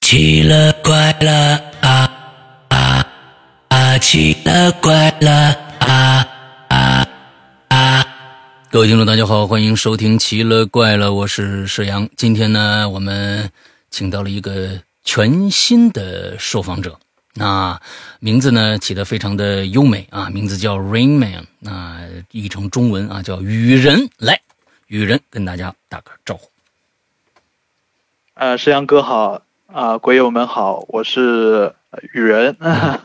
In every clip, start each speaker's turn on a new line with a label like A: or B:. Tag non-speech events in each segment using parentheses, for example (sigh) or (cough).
A: 奇了怪了啊啊啊！奇了怪了啊啊啊！各位听众，大家好，欢迎收听《奇了怪了》，我是石阳。今天呢，我们请到了一个全新的受访者。那名字呢起得非常的优美啊，名字叫 Rain Man，那译成中文啊叫雨人。来，雨人跟大家打个招呼。
B: 呃，石阳哥好啊、鬼友们好，我是呃雨人，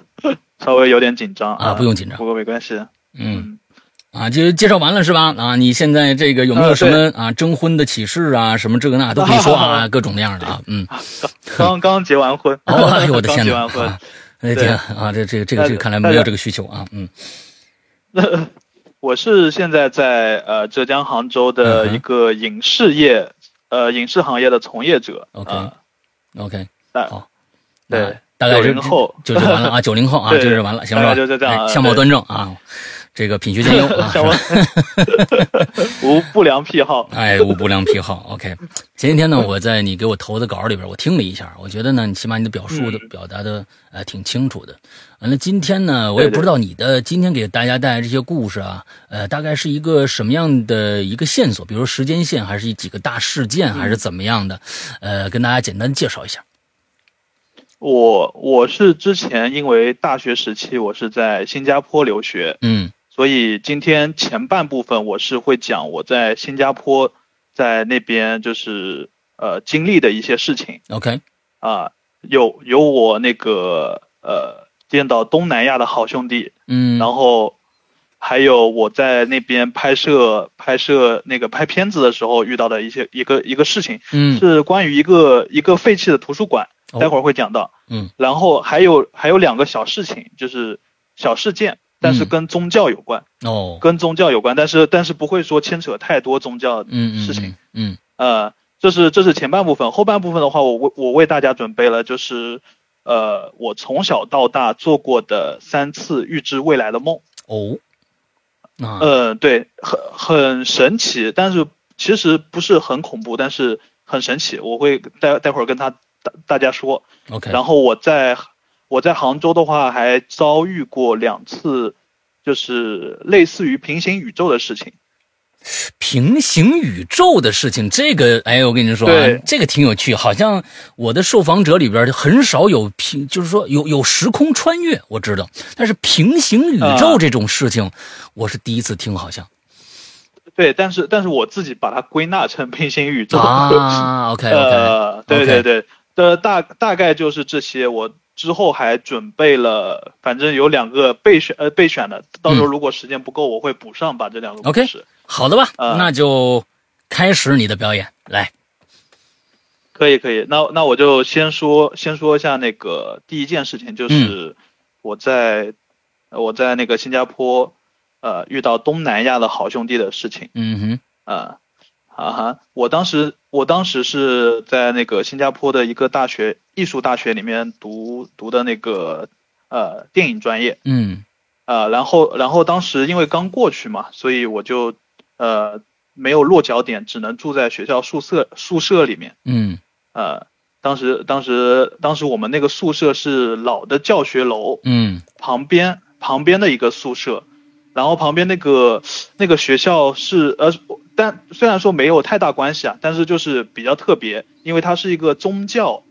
B: (laughs) 稍微有点紧张
A: 啊不用紧张
B: 不过没关系。
A: 嗯，啊，就介绍完了是吧？啊，你现在这个有没有
B: 呃
A: 什么啊征婚的启示啊，什么这个那都可以说啊，各种那样的啊，嗯，
B: 刚刚结完婚，
A: 哦，哎呦我的
B: (laughs) 刚
A: 天
B: 结
A: 哪
B: 完婚，
A: 啊，哎
B: 对
A: 天啊，这这个这个
B: 那
A: 这个看来
B: 那
A: 没有
B: 个
A: 这个需求啊，嗯，
B: 我是现在在呃浙江杭州的
A: 嗯哼
B: 一个影视业，呃影视行业的从业者。
A: OK
B: 啊
A: OK，
B: 那
A: 好，
B: 对
A: 那大概
B: 90后
A: 就就完了啊，九零后啊，
B: (laughs) 对
A: 就是完了，行
B: 大
A: 了吧？
B: 概就这样
A: 哎
B: 啊
A: 相貌
B: 对，
A: 端正啊，这个品学兼优啊
B: (laughs) 像我无不良癖好，
A: 哎，无不良癖
B: (laughs)
A: 好。OK，前几天呢，我在你给我投的稿里边，我听了一下，我觉得呢，你起码你的表述
B: 嗯
A: 的、表达的呃挺清楚的。完了，今天呢，我也
B: 对对
A: 不知道你的今天给大家带来这些故事啊，呃，大概是一个什么样的一个线索，比如说时间线，还是几个大事件，
B: 嗯
A: 还是怎么样的？呃，跟大家简单介绍一下。
B: 我我是之前因为大学时期我是在新加坡留学，
A: 嗯
B: 所以今天前半部分我是会讲我在新加坡在那边就是呃经历的一些事情
A: ，OK，
B: 啊、有有我那个呃见到东南亚的好兄弟，
A: 嗯，
B: 然后还有我在那边拍摄拍摄那个拍片子的时候遇到的一些一个一个事情，
A: 嗯
B: 是关于一个一个废弃的图书馆，
A: 哦
B: 待会儿会讲到。
A: 嗯，
B: 然后还有还有两个小事情，就是小事件，但是
A: 嗯
B: 跟宗教有关。
A: 哦，
B: 跟宗教有关，但是但是不会说牵扯太多宗教。
A: 嗯嗯
B: 事情
A: 嗯
B: 呃，这是这是前半部分，后半部分的话，我为我为大家准备了就是，呃，我从小到大做过的三次预知未来的梦。
A: 哦，那、
B: 呃，对，很很神奇，但是其实不是很恐怖，但是很神奇。我会待待会儿跟他大大家说。
A: OK，
B: 然后我在我在杭州的话，还遭遇过两次，就是类似于平行宇宙的事情。
A: 平行宇宙的事情，这个哎，我跟你说啊
B: 对，
A: 这个挺有趣，好像我的受访者里边很少有平，就是说有有时空穿越，我知道，但是平行宇宙
B: 啊
A: 这种事情，我是第一次听，好
B: (laughs)
A: 像
B: 对，但是但是我自己把它归纳成平行宇宙。
A: 啊，OK OK，
B: 呃，对对对，呃，大大概就是这些。我之后还准备了，反正有两个备选呃备选的，到时候如果时间不够，我会补上把这两个
A: 嗯
B: 故
A: OK
B: 事。
A: 好的吧，
B: 呃
A: 那就开始你的表演，来，
B: 可以可以，那那我就先说先说一下那个第一件事情，
A: 嗯
B: 就是我在、我在那个新加坡，呃，遇到东南亚的好兄弟的事情。
A: 嗯哼，
B: 啊啊哈！我当时我当时是在那个新加坡的一个大学艺术大学里面读读的那个呃电影专业
A: 嗯
B: 啊、呃然后然后当时因为刚过去嘛，所以我就呃没有落脚点，只能住在学校宿舍宿舍里面。
A: 嗯
B: 呃，当时当时当时我们那个宿舍是老的教学楼，
A: 嗯
B: 旁边旁边的一个宿舍，然后旁边那个那个学校是呃，但虽然说没有太大关系啊，但是就是比较特别，因为它是一个宗教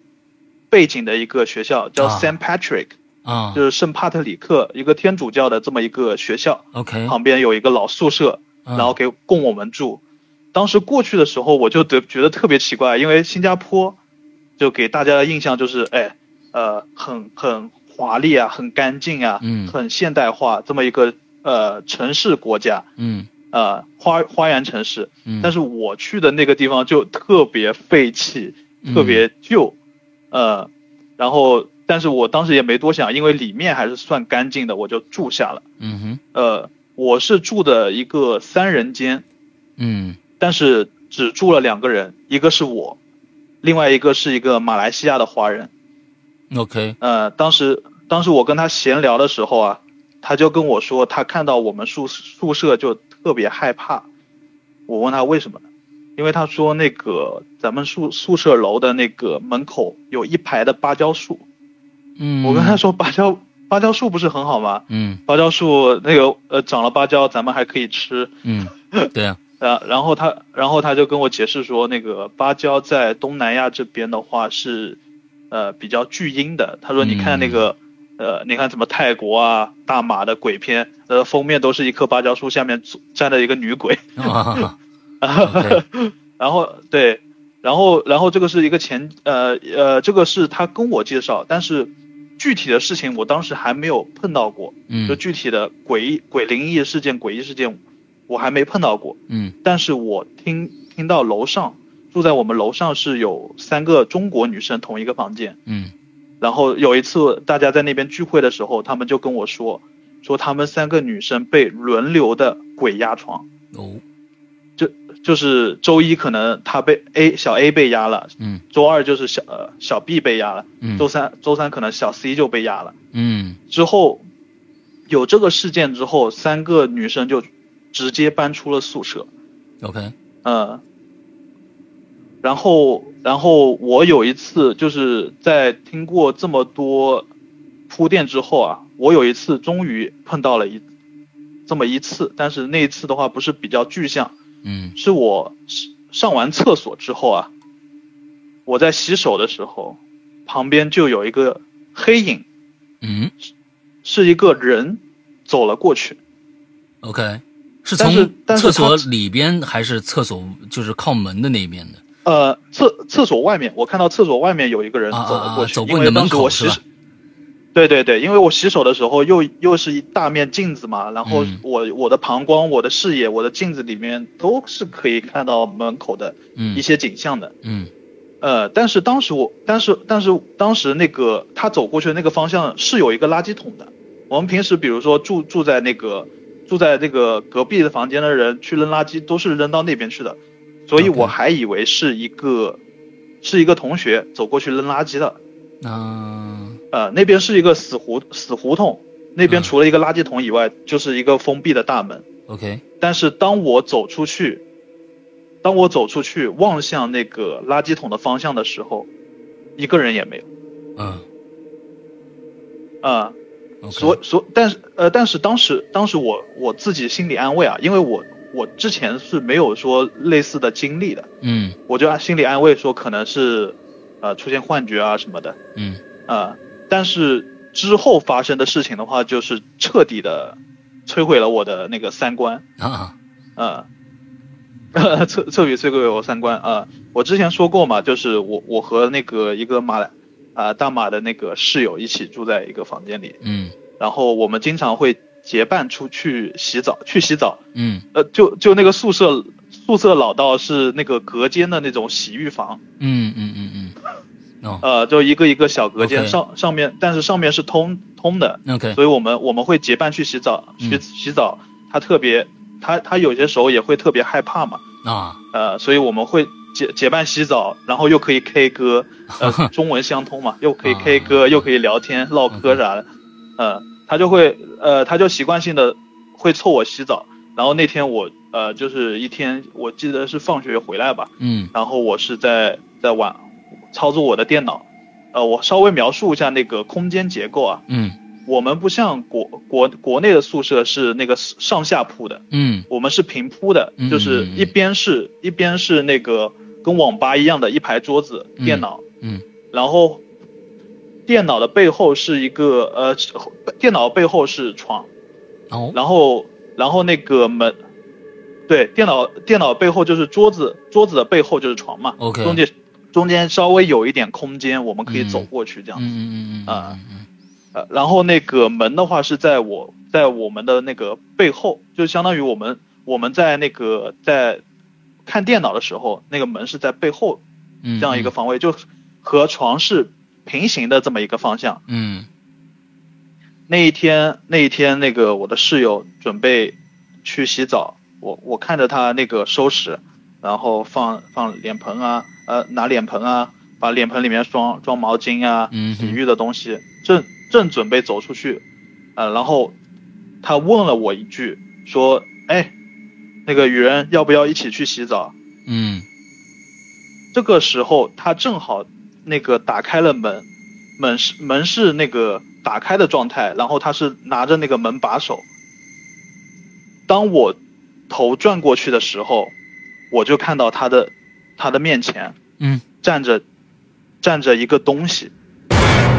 B: 背景的一个学校，叫
A: 啊
B: Saint Patrick，、
A: 啊
B: 就是圣帕特里克，一个天主教的这么一个学校，
A: ，OK，
B: 旁边有一个老宿舍，
A: 嗯，
B: 然后给供我们住。当时过去的时候，我就得觉得特别奇怪，因为新加坡就给大家的印象就是，哎，呃，很很华丽啊，很干净啊，
A: 嗯
B: 很现代化这么一个呃城市国家，
A: 嗯
B: 呃花花园城市。
A: 嗯，
B: 但
A: 是
B: 是我去的那个地方就特别废弃，特别
A: 嗯
B: 旧，呃，然后但是我当时也没多想，因为里面还是算干净的，我就住下了。
A: 嗯哼
B: 呃，我是住的一个三人间。
A: 嗯
B: 但是只住了两个人，一个是我，另外一个是一个马来西亚的华人。
A: 嗯 OK，
B: 呃，当时当时我跟他闲聊的时候啊，他就跟我说，他看到我们宿宿舍就特别害怕。我问他为什么呢？因为他说那个咱们宿宿舍楼的那个门口有一排的芭蕉树，
A: 嗯，
B: 我跟他，说芭蕉芭蕉树不是很好吗？
A: 嗯
B: 芭蕉树那个呃长了芭蕉，咱们还可以吃。
A: 嗯，对啊，
B: 呃，然后他然后他就跟我解释说，那个芭蕉在东南亚这边的话是呃比较巨婴的。他说你看那个、呃，你看什么泰国啊、大马的鬼片，呃封面都是一棵芭蕉树下面坐站着一个女鬼。
A: (laughs) 啊 OK
B: 然后对，然后然后这个是一个前呃呃，这个是他跟我介绍，但是具体的事情我当时还没有碰到过，
A: 嗯
B: 就具体的诡异鬼灵异事件、诡异事件我还没碰到过，
A: 嗯
B: 但是我听听到楼上住在我们楼上是有三个中国女生同一个房间，
A: 嗯
B: 然后有一次大家在那边聚会的时候，他们就跟我说，说他们三个女生被轮流的鬼压床。
A: 哦
B: 就是周一可能他被 A 小 A 被压了，
A: 嗯，
B: 周二就是小呃小 B 被压了，
A: 嗯
B: 周三周三可能小 C 就被压了。
A: 嗯
B: 之后有这个事件之后，三个女生就直接搬出了宿舍，
A: OK
B: 嗯，然后然后我有一次就是在听过这么多铺垫之后啊，我有一次终于碰到了一这么一次，但是那一次的话不是比较具象。
A: 嗯
B: 是我上上完厕所之后啊，我在洗手的时候，旁边就有一个黑影，
A: 嗯
B: 是一个人走了过去。
A: OK，是
B: 但是
A: 从
B: 但是
A: 厕所
B: 他
A: 里边还是厕所就是靠门的那边的？
B: 呃，厕厕所外面，我看到厕所外面有一个人
A: 啊
B: 走了过
A: 啊
B: 去，
A: 啊走过
B: 因
A: 你的
B: 为
A: 门
B: 当时
A: 口
B: 我
A: 是
B: 洗
A: 吧
B: 手。对对对，因为我洗手的时候又又是一大面镜子嘛，然后
A: 嗯
B: 我、我的膀胱、我的视野、我的镜子里面都是可以看到门口的
A: 嗯
B: 一些景象的。
A: 嗯
B: 呃，但是当时我，但是但是当时那个他走过去的那个方向是有一个垃圾桶的。我们平时比如说住住在那个住在那个隔壁的房间的人去扔垃圾都是扔到那边去的，所以
A: OK
B: 我还以为是一个是一个同学走过去扔垃圾的。
A: 啊
B: 呃，那边是一个死胡死胡同，那
A: 嗯
B: 边除了一个垃圾桶以外，就是一个封闭的大门。
A: OK
B: 但是当我走出去，当我走出去望向那个垃圾桶的方向的时候，一个人也没有
A: 嗯
B: 啊、
A: OK
B: 所所，但是呃，但是当时当时我我自己心理安慰啊，因为我我之前是没有说类似的经历的，
A: 嗯
B: 我就心理安慰说可能是呃出现幻觉啊什么的
A: 嗯
B: 啊、但是之后发生的事情的话，就是彻底的摧毁了我的那个三观。
A: 啊
B: (laughs) 呃，彻彻底摧毁我三观啊、呃我之前说过嘛，就是我我和那个一个马来啊、大马的那个室友一起住在一个房间里，
A: 嗯
B: 然后我们经常会结伴出去洗澡，去洗澡。
A: 嗯
B: 呃，就就那个宿舍宿舍老道是那个隔间的那种洗浴房，
A: 嗯嗯嗯嗯哦
B: 呃，就一个一个小隔间
A: OK
B: 上上面，但是上面是通通的，
A: 嗯 OK
B: 所以我们我们会结伴去洗澡，去
A: 嗯
B: 洗澡。他特别，他他有些时候也会特别害怕嘛，
A: 啊
B: 呃，所以我们会结结伴洗澡，然后又可以 K 歌，呃，中文相通嘛，又可以 K 歌，又可以聊天唠嗑啥的，呃，他就会呃，他就习惯性的会凑我洗澡，然后那天我呃，就是一天我记得是放学回来吧，
A: 嗯
B: 然后我是在在玩操作我的电脑，呃，我稍微描述一下那个空间结构啊，
A: 嗯
B: 我们不像国国国内的宿舍是那个上下铺的，
A: 嗯
B: 我们是平铺的
A: 嗯，
B: 就是一边是一边是那个跟网吧一样的一排桌子、
A: 嗯
B: 电脑，
A: 嗯，
B: 然后电脑的背后是一个呃，是电脑背后是床，
A: 哦
B: 然后然后那个门，对，电脑电脑背后就是桌子，桌子的背后就是床嘛
A: OK
B: 中间中间稍微有一点空间，我们可以
A: 嗯
B: 走过去这样
A: 嗯嗯嗯嗯嗯
B: 呃，然后那个门的话是在我在我们的那个背后，就相当于我们我们在那个在看电脑的时候，那个门是在背后
A: 嗯
B: 这样一个方位，就和床是平行的这么一个方向。
A: 嗯
B: 那一天那一天那个我的室友准备去洗澡，我我看着他那个收拾，然后放放脸盆啊，呃拿脸盆啊，把脸盆里面装装毛巾啊，
A: 嗯
B: 洗浴的东西，正正准备走出去，呃，然后他问了我一句，说：“哎，那个雨人要不要一起去洗澡
A: 嗯
B: 这个时候他正好那个打开了门，门是门是那个打开的状态，然后他是拿着那个门把手。当我头转过去的时候，我就看到他的他的面前
A: 嗯，
B: 站着站着一个东西，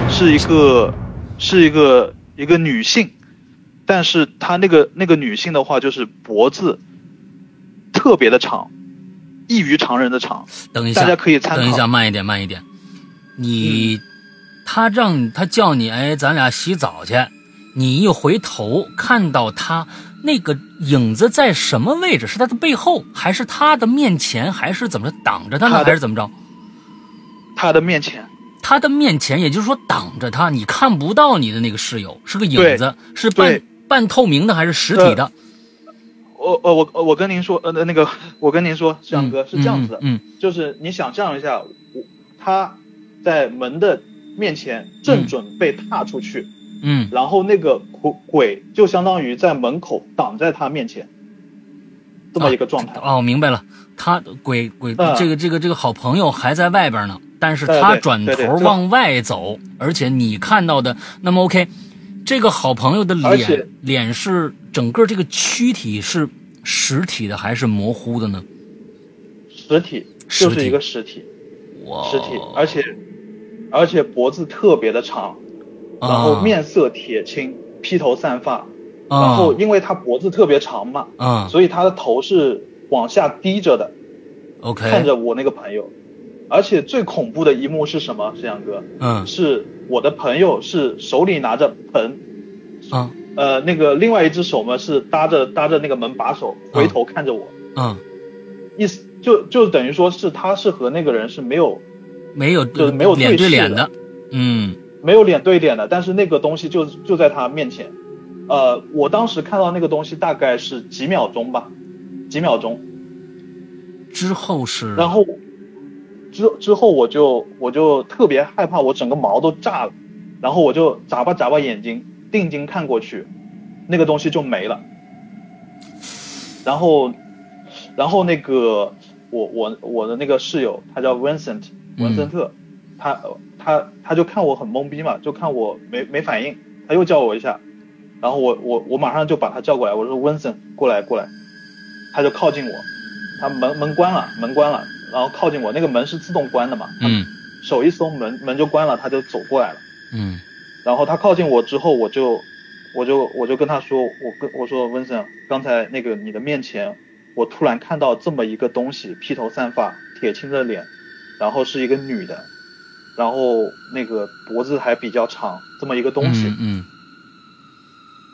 B: 是一个是一个一个女性，但是她那个那个女性的话就是脖子特别的长，异于常人的长，
A: 嗯等一
B: 大家
A: 下，
B: 可以参
A: 等一下，
B: 考。
A: 慢一点，慢一点。你，他让他叫你，哎，咱俩洗澡去。你一回头看到他那个影子在什么位置？是他的背后，还是他的面前，还是怎么着挡着他
B: 他
A: 呢？
B: 的
A: 还是怎么着？
B: 她的面前，
A: 他的面前，也就是说挡着他，你看不到你的那个室友是个影子，是半
B: 对
A: 半透明的还是实体的？
B: 我呃我我跟您说呃那个我跟您说，志阳哥、
A: 嗯
B: 是这样子的，
A: 嗯，
B: 就是你想象一下，我他在门的面前正
A: 嗯
B: 准备踏出去，
A: 嗯嗯
B: 然后那个鬼鬼就相当于在门口挡在他面前，这么一个状态。
A: 嗯，哦，明白了，他鬼鬼、
B: 嗯
A: 这个这个这个好朋友还在外边呢，但是
B: 对
A: 他
B: 对
A: 转
B: 对对
A: 头
B: 知道
A: 往外走，而且你看到的，那么 OK，这个好朋友的
B: 而且
A: 脸脸是整个这个躯体是实体的还是模糊的呢？
B: 实体
A: 实
B: 就
A: 体哦
B: 是一个实体，
A: 哇，
B: 实体，而且而且脖子特别的长，
A: 啊
B: 然后面色铁青，披头散发，
A: 啊
B: 然后因为他脖子特别长嘛，
A: 啊
B: 所以他的头是往下低着的，
A: ，OK，
B: 看着我那个朋友。而且最恐怖的一幕是什么？石阳哥，
A: 嗯
B: 是我的朋友是手里拿着盆，
A: 啊
B: 呃，那个另外一只手嘛是搭着搭着那个门把手，回头看着我，
A: 嗯，
B: 意思就就等于说是他是和那个人是没有
A: 没有
B: 就是没有
A: 脸对
B: 对视
A: 脸
B: 的
A: 的，嗯
B: 没有脸对脸的，但是那个东西就就在他面前。呃，我当时看到那个东西大概是几秒钟吧，几秒钟，
A: 之后是
B: 然后之之后我就我就特别害怕，我整个毛都炸了，然后我就眨巴眨巴眼睛，定睛看过去，那个东西就没了。然后，然后那个我我我的那个室友，他叫 Vincent
A: 嗯
B: 文森特，他他他就看我很懵逼嘛，就看我没没反应，他又叫我一下，然后我我我马上就把他叫过来，我说 Vincent 过来过来，他就靠近我，他门门关了，门关了，然后靠近我，那个门是自动关的嘛，他
A: 嗯
B: 手一松门门就关了，他就走过来了。
A: 嗯
B: 然后他靠近我之后，我就我就我就跟他说，我跟我说温森，刚才那个你的面前，我突然看到这么一个东西，披头散发，铁青着脸，然后是一个女的，然后那个脖子还比较长，这么一个东西。
A: 嗯嗯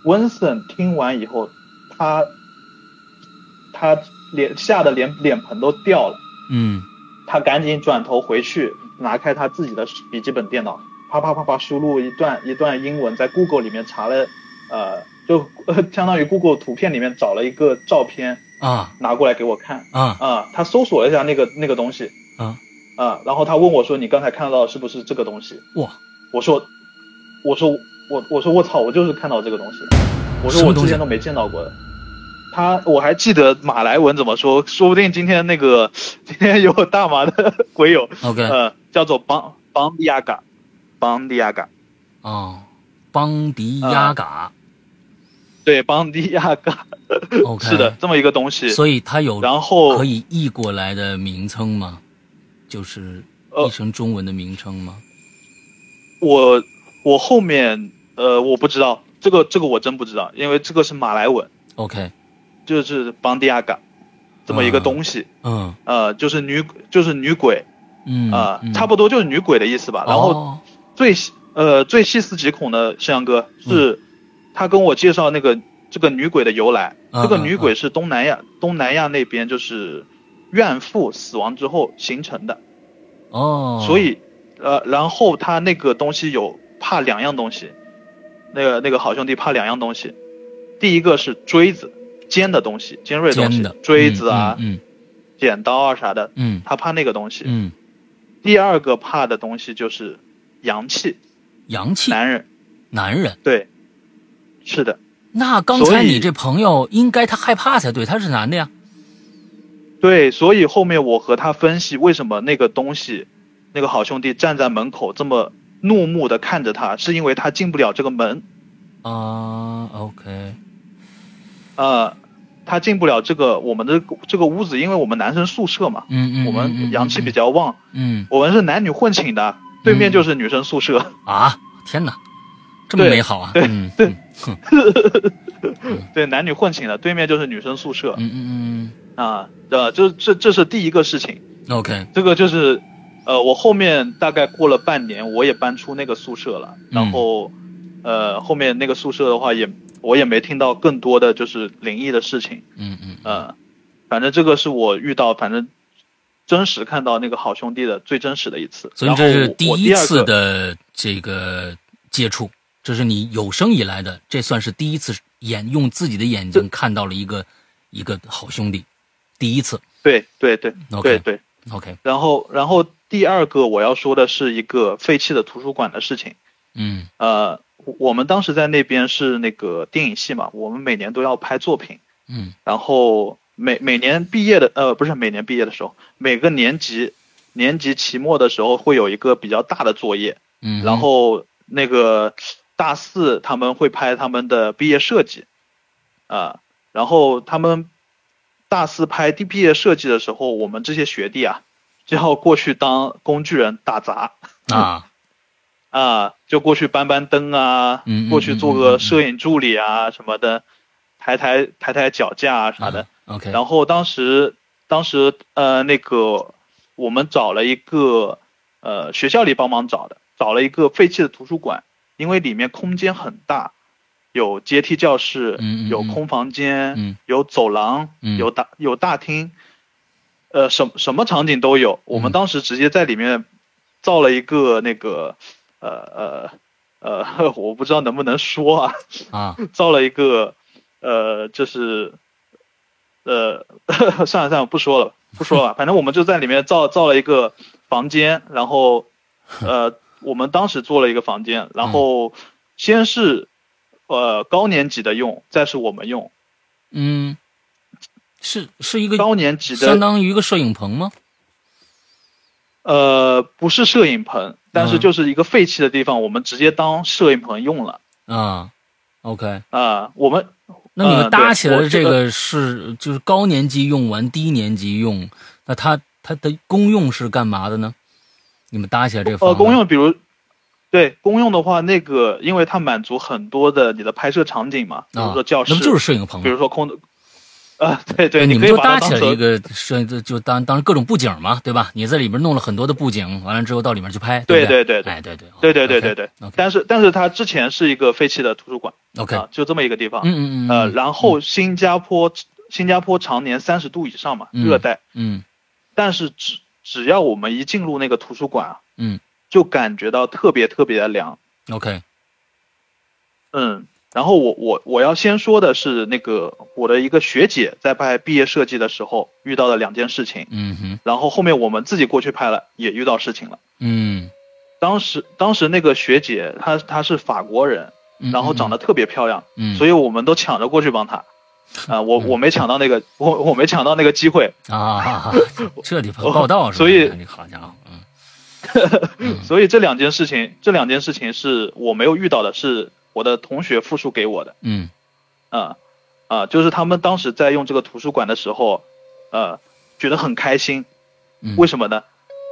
B: 温森听完以后，他他脸吓得连脸盆都掉了。
A: 嗯
B: 他赶紧转头回去，拿开他自己的笔记本电脑，啪啪啪啪输入一段一段英文，在 Google 里面查了，呃，就相当于 Google 图片里面找了一个照片
A: 啊
B: 拿过来给我看
A: 啊
B: 啊、他搜索了一下那个那个东西
A: 啊
B: 啊、然后他问我说：“你刚才看到的是不是这个东西
A: 哇！”
B: 我说：“我说我我说我操，我就是看到这个东西，我
A: 什
B: 说
A: 么
B: 我
A: 东西
B: 之
A: 啊
B: 前都没见到过的。”他我还记得马来文怎么说，说不定今天那个今天有大马的 (laughs) 鬼友
A: OK
B: 呃，叫做邦邦迪亚嘎，邦迪亚嘎，
A: 哦，邦迪亚嘎、
B: 对，邦迪亚嘎
A: o k
B: 呃是的，，这么一个东西。
A: 所以它有
B: 然后
A: 可以译过来的名称吗？就是
B: 呃
A: 译成中文的名称吗？
B: 我我后面呃我不知道这个这个我真不知道，因为这个是马来文，
A: OK，
B: 就是邦迪亚嘎这么一个东西，
A: 嗯
B: 呃，就是女就是女鬼
A: 嗯
B: 啊、
A: 嗯
B: 差不多就是女鬼的意思吧。然后
A: 哦
B: 最细呃最细思极恐的摄阳哥
A: 嗯
B: 是，他跟我介绍那个这个女鬼的由来。
A: 嗯
B: 这个
A: 嗯
B: 女鬼是东南亚东南亚那边就是怨妇死亡之后形成的，
A: 哦，
B: 所以呃然后他那个东西有怕两样东西，那个那个好兄弟怕两样东西，第一个是锥子，尖的东西，尖锐的东
A: 尖
B: 西
A: 的，
B: 锥子啊、
A: 嗯
B: 剪刀啊啥的，
A: 嗯
B: 他怕那个东西。
A: 嗯
B: 第二个怕的东西就是阳气，
A: 嗯，洋气
B: 男人
A: 男人。
B: 对，是的。
A: 那刚才
B: 所以
A: 你这朋友应该他害怕才对，他是男的呀。
B: 对，所以后面我和他分析为什么那个东西，那个好兄弟站在门口这么怒目的看着他，是因为他进不了这个门，
A: 啊，OK，
B: 呃，他进不了这个我们的这个屋子，因为我们男生宿舍嘛，
A: 嗯嗯，嗯
B: 我们阳气比
A: 较，
B: 较旺，
A: 嗯
B: 我们是男女混寝的，对面就是女生宿舍，
A: 啊，天哪，这么
B: 对
A: 美好啊，
B: 对
A: 嗯对，
B: 对，男女混寝的，对面就是女生宿舍
A: 嗯嗯
B: 啊，呃，这这这是第一个事情，
A: 嗯，OK，
B: 这个就是，呃，我后面大概过了半年，我也搬出那个宿舍了，
A: 嗯
B: 然后，呃，后面那个宿舍的话也我也没听到更多的就是灵异的事情，
A: 嗯嗯
B: 呃，反正这个是我遇到，反正真实看到那个好兄弟的最真实的一次，
A: 所以这是
B: 第
A: 第一次
B: 二个
A: 的这个接触，这是你有生以来的，这算是第一次眼用自己的眼睛看到了一个一个好兄弟，第一次。
B: 对对对
A: OK
B: 对对，
A: OK，
B: 然后然后第二个我要说的是一个废弃的图书馆的事情。
A: 嗯
B: 呃，我我们当时在那边是那个电影系嘛，我们每年都要拍作品，
A: 嗯
B: 然后每每年毕业的呃不是每年毕业的时候，每个年级年级期末的时候会有一个比较大的作业，
A: 嗯，
B: 然后那个大四他们会拍他们的毕业设计，啊、然后他们大四拍毕业设计的时候，我们这些学弟啊就要过去当工具人打杂。
A: 啊，
B: 嗯啊，就过去搬搬灯啊，
A: 嗯嗯
B: 过去做个摄影助理啊什么的，抬抬抬抬脚架啊啥的。
A: 嗯 OK，
B: 然后当时当时呃那个我们找了一个呃学校里帮忙找的，找了一个废弃的图书馆，因为里面空间很大，有阶梯教室，
A: 嗯嗯嗯
B: 有空房间，
A: 嗯
B: 有走廊，
A: 嗯
B: 有大有大厅，呃什什么场景都有。我
A: 嗯
B: 们当时直接在里面造了一个那个呃呃呃， (laughs) 我不知道能不能说啊。
A: 啊，
B: 造了一个，呃，就是，呃， (laughs) 算了算了，不说了，不说
A: (laughs)
B: 了吧，反正我们就在里面造造了一个房间，然后，呃，我们当时做了一个房间，然
A: 嗯
B: 后先是，呃，高年级的用，再是我们用，
A: 嗯，是是一个
B: 高年级
A: 嗯相
B: 的，
A: 当于一个摄影棚吗？
B: 呃，不是摄影棚，但是
A: 嗯
B: 就是一个废弃的地方，我们直接当摄影棚用了
A: 啊，OK，
B: 啊、我们
A: 那你们
B: 嗯
A: 搭
B: 对
A: 起来
B: 我
A: 的
B: 这
A: 这
B: 个
A: 个是就是高年级用完，低年级用，那它它的功用是干嘛的呢？你们搭起来这个房
B: 呃，
A: 子
B: 公用比如，对公用的话，那个因为它满足很多的你的拍摄场景嘛，比如
A: 啊，
B: 说教室，
A: 那不就是摄影棚吗
B: 比？如说空的，啊、对对，
A: 你
B: 可
A: 们
B: 以
A: 就
B: 把它
A: 搭
B: 当
A: 起来一
B: 成
A: 个摄，就当当各种布景嘛，对吧？你在里边弄了很多的布景，完了之后到里面去拍，
B: 对
A: 对
B: 对对
A: 不
B: 对
A: 哎，对对，哦
B: 对对对对对。
A: ，OK
B: 但是但是它之前是一个废弃的图书馆
A: OK，
B: 啊，就这么一个地方。
A: 嗯嗯嗯，
B: 呃，然后新加坡新加坡常年三十度以上嘛，
A: 嗯
B: 热带，
A: 嗯
B: 但是只只要我们一进入那个图书馆啊，
A: 嗯，
B: 就感觉到特别特别的凉。
A: OK，
B: 嗯，然后我我我要先说的是那个我的一个学姐在拍毕业设计的时候遇到的两件事情，
A: 嗯哼，
B: 然后后面我们自己过去拍了也遇到事情了。
A: 嗯，
B: 当时当时那个学姐她她是法国人，
A: 嗯
B: 然后长得，特别漂亮，
A: 嗯，
B: 所
A: 以
B: 以我们都抢着过去帮她。啊、我我没抢到那个我我没抢到那个机会， (laughs)
A: 啊，彻底报道是吧？
B: 所以
A: 你好家伙，嗯
B: 所以这两件事情这两件事情是我没有遇到的，是我的同学复述给我的。
A: 嗯
B: 啊、啊、就是他们当时在用这个图书馆的时候，呃，觉得很开心。
A: 嗯，
B: 为什么呢？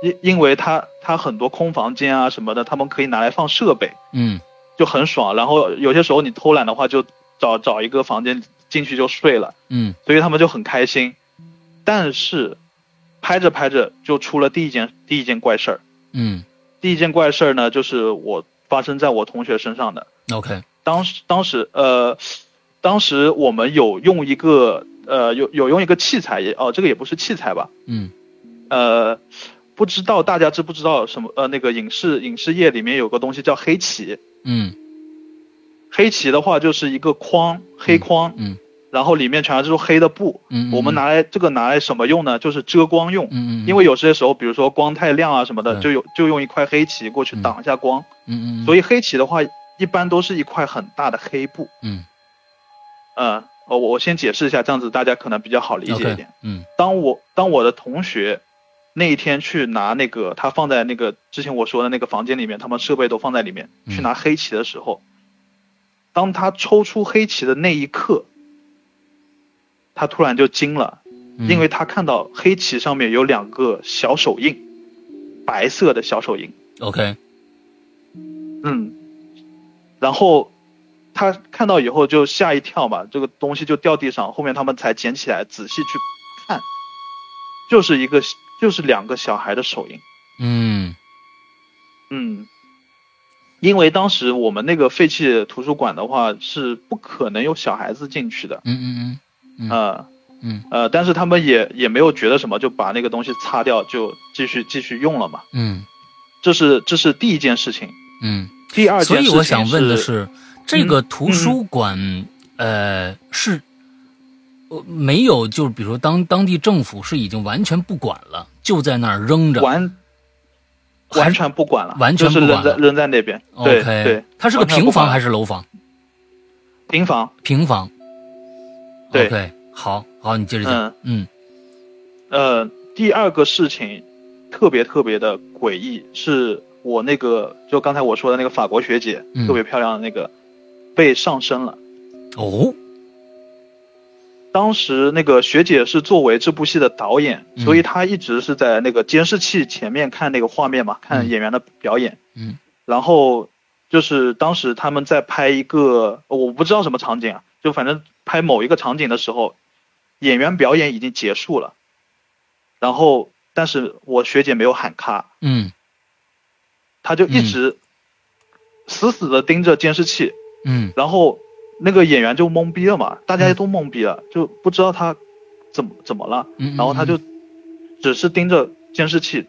B: 因因为它它很多空房间啊什么的，他们可以拿来放设备，
A: 嗯
B: 就很爽。然后有些时候你偷懒的话，就找找一个房间进去就睡了，
A: 嗯
B: 所以他们就很开心。但是拍着拍着就出了第一件第一件怪事儿。
A: 嗯
B: 第一件怪事儿呢，就是我发生在我同学身上的。
A: ，OK，
B: 当时当时呃，当时我们有用一个呃有有用一个器材也哦，这个也不是器材吧？
A: 嗯
B: 呃，不知道大家知不知道什么呃那个影视影视业里面有个东西叫黑旗，
A: 嗯
B: 黑旗的话就是一个框黑框，
A: 嗯
B: 然后里面全是黑的布。
A: 嗯，
B: 我们拿来这个拿来什么用呢？就是遮光用，
A: 嗯嗯，
B: 因为有些时候比如说光太亮啊什么的，
A: 对
B: 就有就用一块黑旗过去
A: 嗯
B: 挡一下光。
A: 嗯嗯，
B: 所
A: 以
B: 以黑棋的话，一般都是一块很大的黑布。
A: 嗯，
B: 呃，呃，我我先解释一下，这样子大家可能比较好理解一
A: OK，
B: 点。
A: 嗯
B: 当我当我的同学那一天去拿那个他放在那个之前我说的那个房间里面，他们设备都放在里面
A: 嗯
B: 去拿黑棋的时候，当他抽出黑棋的那一刻，他突然就惊了，
A: 嗯，
B: 因为他看到黑棋上面有两个小手印，白色的小手印。
A: OK，
B: 嗯，然后他看到以后就吓一跳嘛，这个东西就掉地上，后面他们才捡起来仔细去看，就是一个就是两个小孩的手印，
A: 嗯
B: 嗯，因为当时我们那个废弃图书馆的话是不可能有小孩子进去的，
A: 嗯嗯嗯
B: 呃，
A: 嗯
B: 呃，但是他们也也没有觉得什么，就把那个东西擦掉，就继续继续用了嘛，
A: 嗯
B: 这是这是第一件事情，
A: 嗯
B: 第二
A: 嗯，所
B: 件事情
A: 以我想问的
B: 是，嗯
A: 是，这个图书馆，呃，是。呃没有，就是比如说当当地政府是已经完全不管了，就在那儿扔着。
B: 完
A: 还
B: 完全不管了，
A: 完全
B: 就是
A: 不管
B: 扔在
A: 了
B: 扔在那边。对
A: OK，
B: 对，
A: 它是个
B: 完全
A: 平
B: 不管
A: 房
B: 了
A: 还是楼房？
B: 平房。
A: 平房。
B: 对
A: o k 好好，你接着讲。
B: 嗯
A: 嗯
B: 呃，第二个事情特别特别的诡异，是我那个就刚才我说的那个法国学姐，
A: 嗯
B: 特别漂亮的那个被上身了。
A: 哦，
B: 当时那个学姐是作为这部戏的导演，
A: 嗯
B: 所以她一直是在那个监视器前面看那个画面嘛，看演员的表演。
A: 嗯，
B: 然后就是当时他们在拍一个我不知道什么场景啊，就反正拍某一个场景的时候，演员表演已经结束了，然后但是我学姐没有喊卡，
A: 嗯
B: 她就一直死死的盯着监视器，
A: 嗯
B: 然后那个演员就懵逼了嘛，大家都懵逼了，就不知道他怎么怎么了，
A: 嗯，
B: 然后他就只是盯着监视器，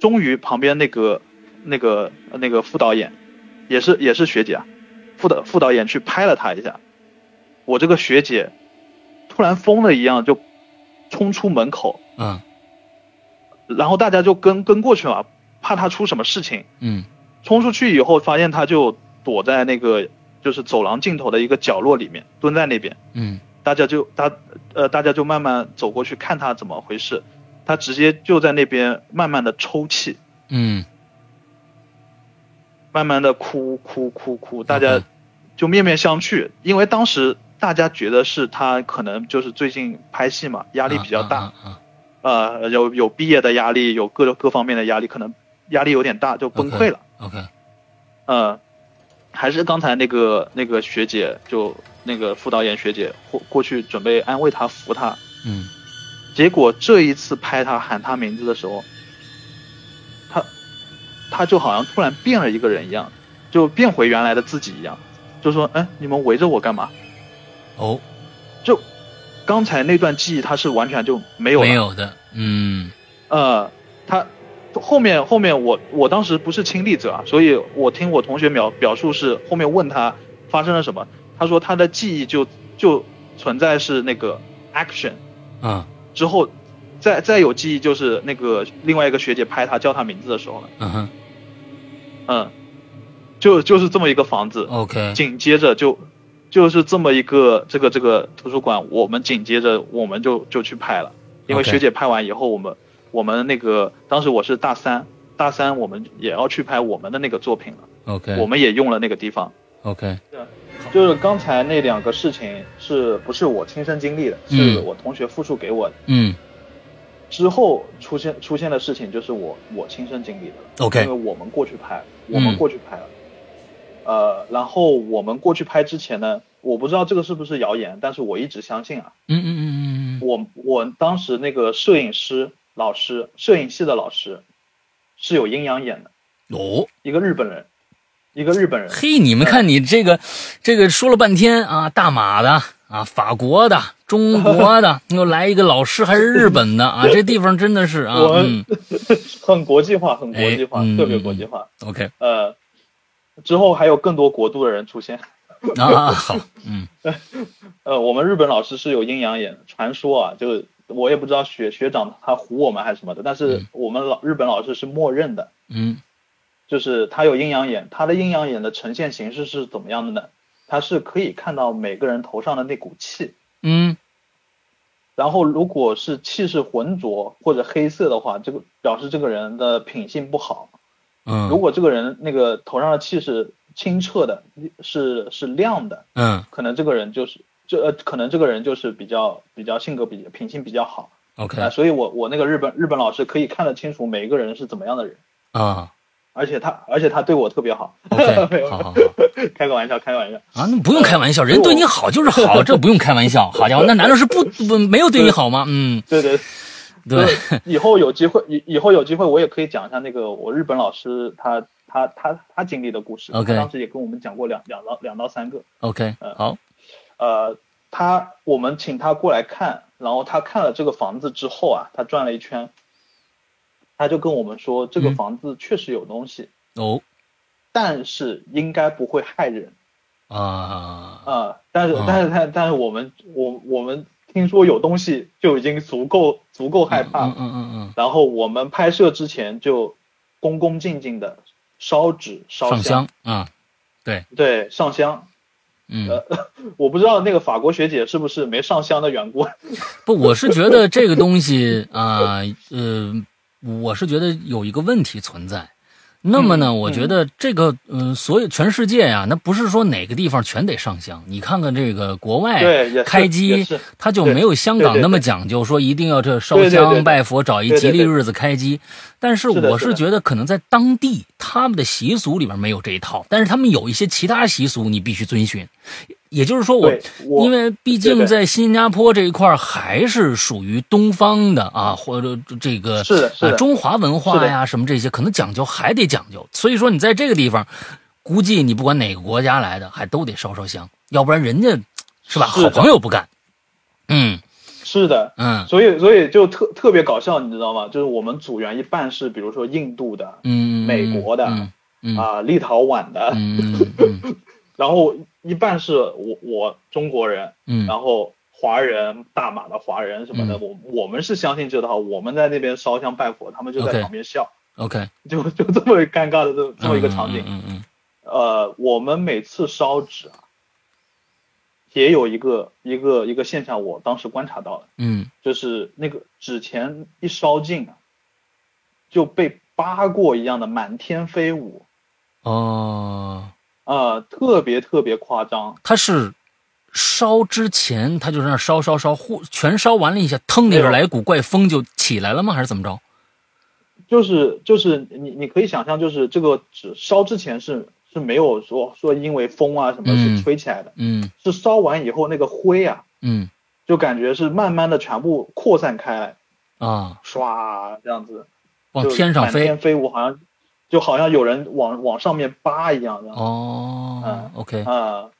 B: 终于旁边那个那个那个副导演，也是也是学姐啊，副导副导演去拍了他一下，我这个学姐突然疯了一样就冲出门口，
A: 嗯
B: 然后大家就跟跟过去嘛，怕他出什么事情，
A: 嗯
B: 冲出去以后，发现他就躲在那个就是走廊尽头的一个角落里面，蹲在那边。
A: 嗯
B: 大家就他呃，大家就慢慢走过去看他怎么回事。他直接就在那边慢慢的抽泣，
A: 嗯
B: 慢慢的哭哭哭哭，大家就面面相觑，因为当时大家觉得是他可能就是最近拍戏嘛，压力比较大，
A: 啊啊啊
B: 呃，有有毕业的压力，有各各方面的压力，可能压力有点大，就崩溃了。
A: 啊 OK，
B: 呃，还是刚才那个那个学姐，就那个副导演学姐过过去准备安慰她、扶她，
A: 嗯
B: 结果这一次拍她喊她名字的时候，她她就好像突然变了一个人一样，就变回原来的自己一样，就说：“哎，你们围着我干嘛
A: 哦，？”
B: 就刚才那段记忆，她是完全就没有了
A: 没有的，嗯
B: 呃，他后面后面我我当时不是亲历者啊，所以我听我同学描表述是后面问他发生了什么，他说他的记忆就就存在是那个 action
A: 啊
B: 之后，再再有记忆就是那个另外一个学姐拍他叫他名字的时候了，
A: 嗯哼
B: 嗯，就就是这么一个房子，
A: ，OK，
B: 紧接着就就是这么一个这个这个图书馆，我们紧接着我们就就去拍了，因为
A: OK
B: 学姐拍完以后，我们我们那个当时我是大三，大三我们也要去拍我们的那个作品了，我
A: OK
B: 们也用了那个地方。
A: OK，
B: 就是刚才那两个事情是不是我亲身经历的？
A: 嗯
B: 是我同学复述给我的。
A: 嗯
B: 之后出现出现的事情就是我我亲身经历的了。因
A: OK，
B: 为我们过去拍，
A: 嗯
B: 我们过去拍了。呃，然后我们过去拍之前呢，我不知道这个是不是谣言，但是我一直相信啊。
A: 嗯嗯嗯嗯嗯
B: 我我当时那个摄影师老师，摄影系的老师是有阴阳眼的，
A: 嗯，哦，
B: 一个日本人，一个日本人。
A: 嘿，你们看你这个这个说了半天啊，大马的啊，法国的。中国的又来一个老师，还是日本的啊？这地方真的是啊，
B: 我
A: 嗯
B: 很国际化，很国际化，
A: 哎嗯
B: 特别国际化。
A: ，OK
B: 呃，之后还有更多国度的人出现。
A: 啊，好，嗯
B: 呃，我们日本老师是有阴阳眼，传说啊，就是我也不知道学学长他唬我们还是什么的，但是
A: 嗯
B: 我们老日本老师是默认的，
A: 嗯，
B: 就是他有阴阳眼，他的阴阳眼的呈现形式是怎么样的呢？他是可以看到每个人头上的那股气，
A: 嗯，
B: 然后如果是气势浑浊或者黑色的话，这个表示这个人的品性不好。
A: 嗯
B: 如果这个人那个头上的气是清澈的，是是亮的，
A: 嗯
B: 可能这个人就是这、呃、可能这个人就是比较比较性格比品性比较好
A: ，OK
B: 啊、所以我我那个日本日本老师可以看得清楚每一个人是怎么样的人，
A: 啊
B: 而且他而且他对我特别好，没
A: ，OK，
B: 有
A: 好好好
B: 开个玩笑开个玩笑，
A: 啊，那不用开玩笑，人对你好就是好，这不用开玩笑。好家伙，那难道是不不没有对你好吗？嗯，
B: 对对
A: 对，，
B: 以后有机会以以后有机会我也可以讲一下那个我日本老师他他他他经历的故事
A: OK
B: 他当时也跟我们讲过两两到两到三个，
A: OK，
B: 呃
A: 好，
B: 呃，他我们请他过来看，然后他看了这个房子之后啊，他转了一圈，他就跟我们说，这个
A: 嗯
B: 房子确实有东西，
A: 哦
B: 但是应该不会害人
A: 啊，
B: 啊、但是
A: 嗯
B: 但是但但是我们我我们听说有东西就已经足够足够害怕
A: 嗯
B: 了，
A: 嗯嗯
B: 然后我们拍摄之前就恭恭敬敬的烧纸
A: 嗯，
B: 烧
A: 上香啊，
B: 对上香，
A: 嗯
B: 呃，我不知道那个法国学姐是不是没上香的缘故，
A: 不，我是觉得这个东西啊，呃，我是觉得有一个问题存在。那么呢，
B: 嗯
A: 我觉得这个，嗯，所有全世界呀、那不是说哪个地方全得上香。你看看这个国外，
B: (laughs) 对，也是
A: 哎开
B: 也
A: 机
B: 是，
A: 它就没有香港那么讲究，说一定要这烧
B: 对对对
A: 香
B: 对
A: 拜佛，找一吉利日子开机。但是
B: 是的
A: 我
B: 是
A: 是
B: 的
A: 觉得，可能在当地他们的习俗里边没有这一套，但是他们有一些其他习俗你必须遵循。也就是说，我
B: 对我
A: 因为毕
B: 对
A: 竟
B: 对
A: 在新加坡这一块儿还是属于东方的啊，或者这个
B: 是的是的
A: 啊中华文化呀什么这些，可能讲究还得讲究。所以说你在这个地方，估计你不管哪个国家来的，还都得烧烧香，要不然人家是吧，
B: 是
A: 好
B: 的
A: 朋友不干。嗯
B: 是的，
A: 嗯
B: 所以所以就特特别搞笑，你知道吗？就是我们组员一半是比如说印度的啊、
A: 嗯，
B: 美国的啊
A: 嗯嗯
B: 立陶宛的，
A: 嗯嗯嗯嗯
B: 然后一半是我我中国人，
A: 嗯
B: 然后华人大马的华人什么的，我我们是相信这套，我们在那边烧香拜佛，他们就在
A: OK
B: 旁边笑。
A: ，OK，
B: 就就这么尴尬的这这么一个场景，
A: 嗯嗯
B: 呃，我们每次烧纸啊，也有一个一个一个现象，我当时观察到了，
A: 嗯
B: 就是那个纸钱一烧尽啊，就被扒过一样的满天飞舞，
A: 哦，
B: 呃，特别特别夸张。
A: 他是烧之前他就在那烧烧烧，忽全烧完了一下，腾的来股怪风就起来了吗？还是怎么着？
B: 就是就是你你可以想象，就是这个纸烧之前是是没有说说因为风啊什么
A: 嗯
B: 是吹起来的，
A: 嗯
B: 是烧完以后那个灰啊，
A: 嗯
B: 就感觉是慢慢的全部扩散开来，
A: 啊，
B: 唰这样子
A: 往
B: 就
A: 天上
B: 满
A: 飞
B: 天飞舞，好像就好像有人往往上面扒一样的。
A: 哦
B: 嗯。
A: OK，
B: 啊，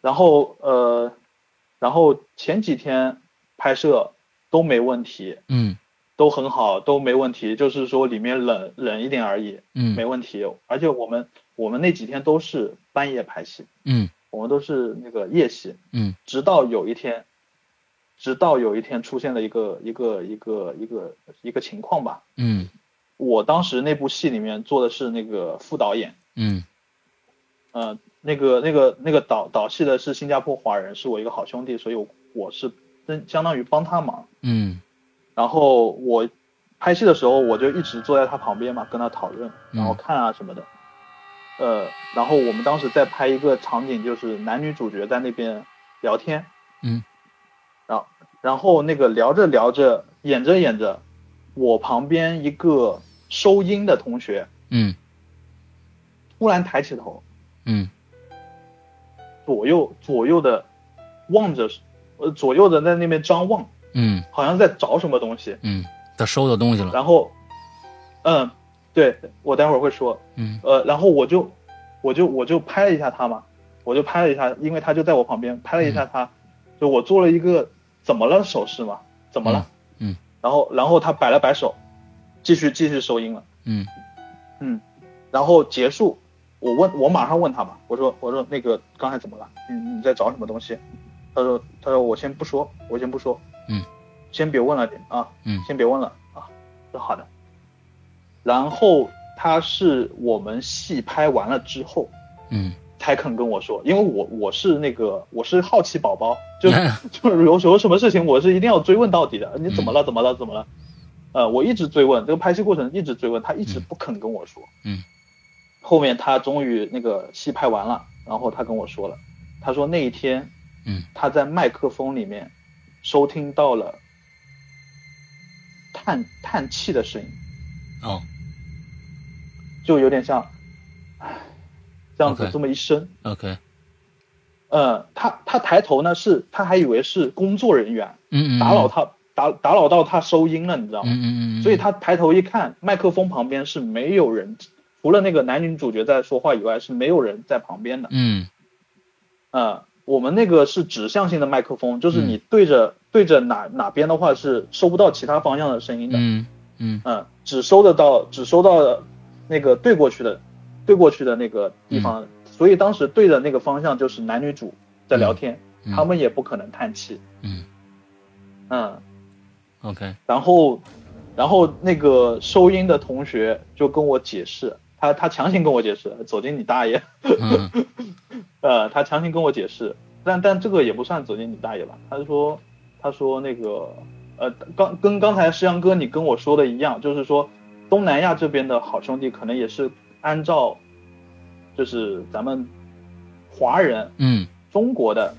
B: 然后呃，然后前几天拍摄都没问题，
A: 嗯
B: 都很好，都没问题，就是说里面冷冷一点而已，没
A: 嗯
B: 问题。而且我们我们那几天都是半夜拍戏，
A: 嗯
B: 我们都是那个夜戏，
A: 嗯，
B: 直到有一天，直到有一天出现了一个一个一个一个一个情况吧。
A: 嗯
B: 我当时那部戏里面做的是那个副导演，
A: 嗯
B: 呃，那个那个那个导导戏的是新加坡华人，是我一个好兄弟，所以我我是真相当于帮他忙。
A: 嗯
B: 然后我拍戏的时候，我就一直坐在他旁边嘛，跟他讨论，然后
A: 嗯
B: 看啊什么的。呃，然后我们当时在拍一个场景，就是男女主角在那边聊天，
A: 嗯，
B: 然后然后那个聊着聊着，演着演着，我旁边一个收音的同学
A: 嗯
B: 突然抬起头，
A: 嗯
B: 左右左右的望着，呃，左右的在那边张望，
A: 嗯
B: 好像在找什么东西。
A: 嗯，他收到东西了。
B: 然后，嗯，对我待会儿会说，
A: 嗯
B: 呃，然后我就我就我就拍了一下他嘛，我就拍了一下，因为他就在我旁边，拍了一
A: 嗯
B: 下他，就我做了一个怎么了手势嘛，怎么了？
A: 嗯嗯
B: 然后然后他摆了摆手，继续继续收音了。
A: 嗯
B: 然后结束，我问我马上问他嘛，我说我说那个刚才怎么了？你你在找什么东西？他说他说我先不说，我先不说，
A: 嗯，
B: 先别问了点啊，
A: 嗯
B: 先别问了啊，说好的。然后他是我们戏拍完了之后，
A: 嗯
B: 才肯跟我说，因为我我是那个我是好奇宝宝，
A: (laughs)
B: 就就是有有什么事情我是一定要追问到底
A: 嗯
B: 的。你怎么了？怎么了？怎么了？呃，我一直追问这个拍戏过程，一直追问，他一直不肯跟我说。
A: 嗯，
B: 后面他终于那个戏拍完了，然后他跟我说了，他说那一天，
A: 嗯，
B: 他在麦克风里面收听到了叹叹气的声音，
A: 哦
B: 就有点像，唉，这样子
A: OK
B: 这么一声。
A: ，OK，
B: 哦呃，他他抬头呢，是他还以为是工作人员
A: 嗯嗯，
B: 打扰
A: 他，
B: 他，打打扰到他收音了，你知道吗？
A: 嗯嗯嗯，
B: 所以他抬头一看，麦克风旁边是没有人，除了那个男女主角在说话以外，是没有人在旁边的。
A: 嗯
B: 呃，我们那个是指向性的麦克风，就是
A: 嗯
B: 你对着、对着哪哪边的话是收不到其他方向的声音的，嗯、
A: 嗯嗯
B: 只收得到只收到那个对过去的对过去的那个地方，
A: 嗯
B: 所以当时对着那个方向就是男女主在聊天，
A: 嗯
B: 他们也不可能叹气，
A: 嗯
B: 嗯，
A: ，OK，
B: 然后，然后那个收音的同学就跟我解释，他他强行跟我解释，走进你大爷，
A: 嗯
B: 呃，他强行跟我解释，但但这个也不算走进你大爷吧，他说他说那个呃，刚跟刚才石阳哥你跟我说的一样，就是说东南亚这边的好兄弟可能也是按照，就是咱们华人
A: 嗯
B: 中国的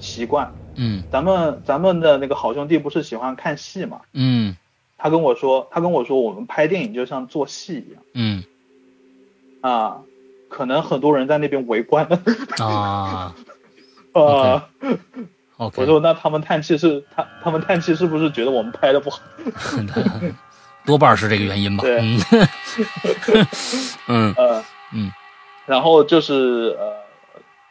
B: 习惯，
A: 嗯
B: 咱们咱们的那个好兄弟不是喜欢看戏嘛，
A: 嗯
B: 他跟我说，他跟我说，我们拍电影就像做戏一样
A: 嗯
B: 啊，可能很多人在那边围观 (laughs)
A: 啊
B: 啊。
A: ，OK，
B: 我说那他们叹气是他他们叹气是不是觉得我们拍的不好？
A: 多半是这个原因吧，
B: 对
A: 嗯 (laughs) 嗯
B: 呃，
A: 嗯，
B: 然后就是呃，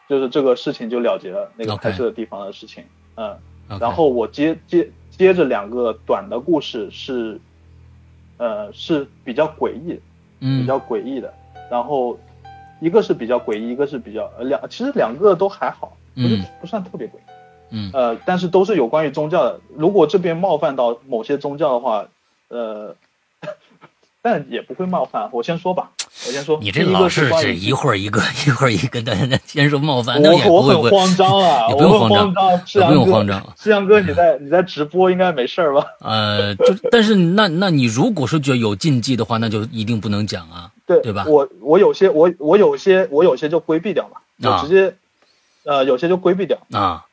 B: 就是这个事情就了结了那个
A: OK
B: 拍摄地方的事情。嗯、
A: ，OK，
B: 然后我接接接着两个短的故事是，呃，是比较诡异，比
A: 嗯
B: 较诡异的。然后一个是比较诡异，一个是比较呃两，其实两个都还好，不是、
A: 嗯
B: 不算特别诡异。
A: 嗯
B: 呃，但是都是有关于宗教的。如果这边冒犯到某些宗教的话，呃， (laughs) 但也不会冒犯。我先说吧，我先说。
A: 你这
B: 第一
A: 老
B: 个是
A: 是
B: 关
A: 这
B: 于
A: 一会儿一个一会儿一个的，先说冒犯，那也
B: 我
A: 不
B: 我
A: 会不
B: 很
A: 会，
B: 慌张
A: (laughs)
B: 啊，
A: 也
B: 我
A: 不用
B: 很
A: 慌张
B: 张啊，志
A: 也
B: 阳
A: 不用
B: 哥
A: 慌张。嗯
B: 志阳哥，你在你在直播应该没事儿吧？
A: 呃，就但是那那你如果是觉得有禁忌的话，那就一定不能讲啊。
B: 对
A: 对吧
B: 我我有些我我有些我有些就规避掉嘛，
A: 啊
B: 我直接呃有些就规避掉。
A: 啊，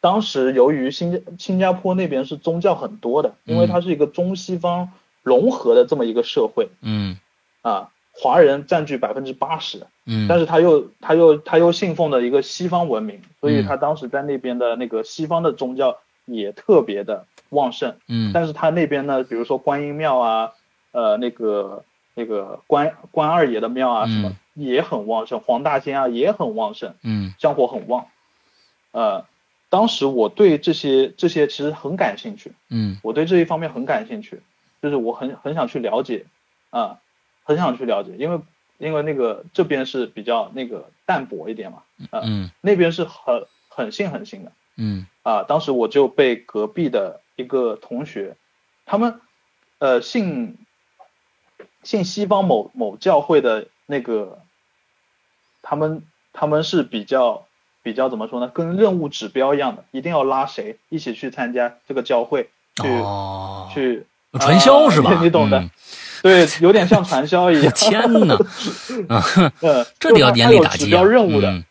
B: 当时由于新加新加坡那边是宗教很多的，因为
A: 嗯
B: 它是一个中西方融合的这么一个社会
A: 嗯
B: 啊，华人占据百分之八十，
A: 嗯，
B: 但是他又他又他又信奉的一个西方文明，所以
A: 嗯
B: 他当时在那边的那个西方的宗教也特别的旺盛。
A: 嗯
B: 但是他那边呢，比如说观音庙啊，呃，那个那个关关二爷的庙啊，
A: 嗯
B: 什么、也很旺盛，黄大仙啊也很旺盛，
A: 嗯
B: 香火很旺。呃，当时我对这些这些其实很感兴趣，
A: 嗯
B: 我对这一方面很感兴趣，就是我很很想去了解，啊、很想去了解，因为因为那个这边是比较那个淡薄一点嘛，啊、
A: 嗯
B: 那边是很很信很信的。
A: 嗯
B: 啊，当时我就被隔壁的一个同学，他们呃信信西方某某教会的那个，他们他们是比较比较怎么说呢，跟任务指标一样的，一定要拉谁一起去参加这个教会，去、
A: 哦，
B: 去
A: 传销是吧？
B: 啊你你懂的
A: 嗯
B: 对，有点像传销
A: (laughs)
B: 一样。 (laughs)
A: 天哪，啊，
B: 嗯，
A: 这
B: 就
A: 得要
B: 他
A: 严
B: 他
A: 厉
B: 有
A: 打击
B: 指
A: 啊！
B: 标任务的，
A: 嗯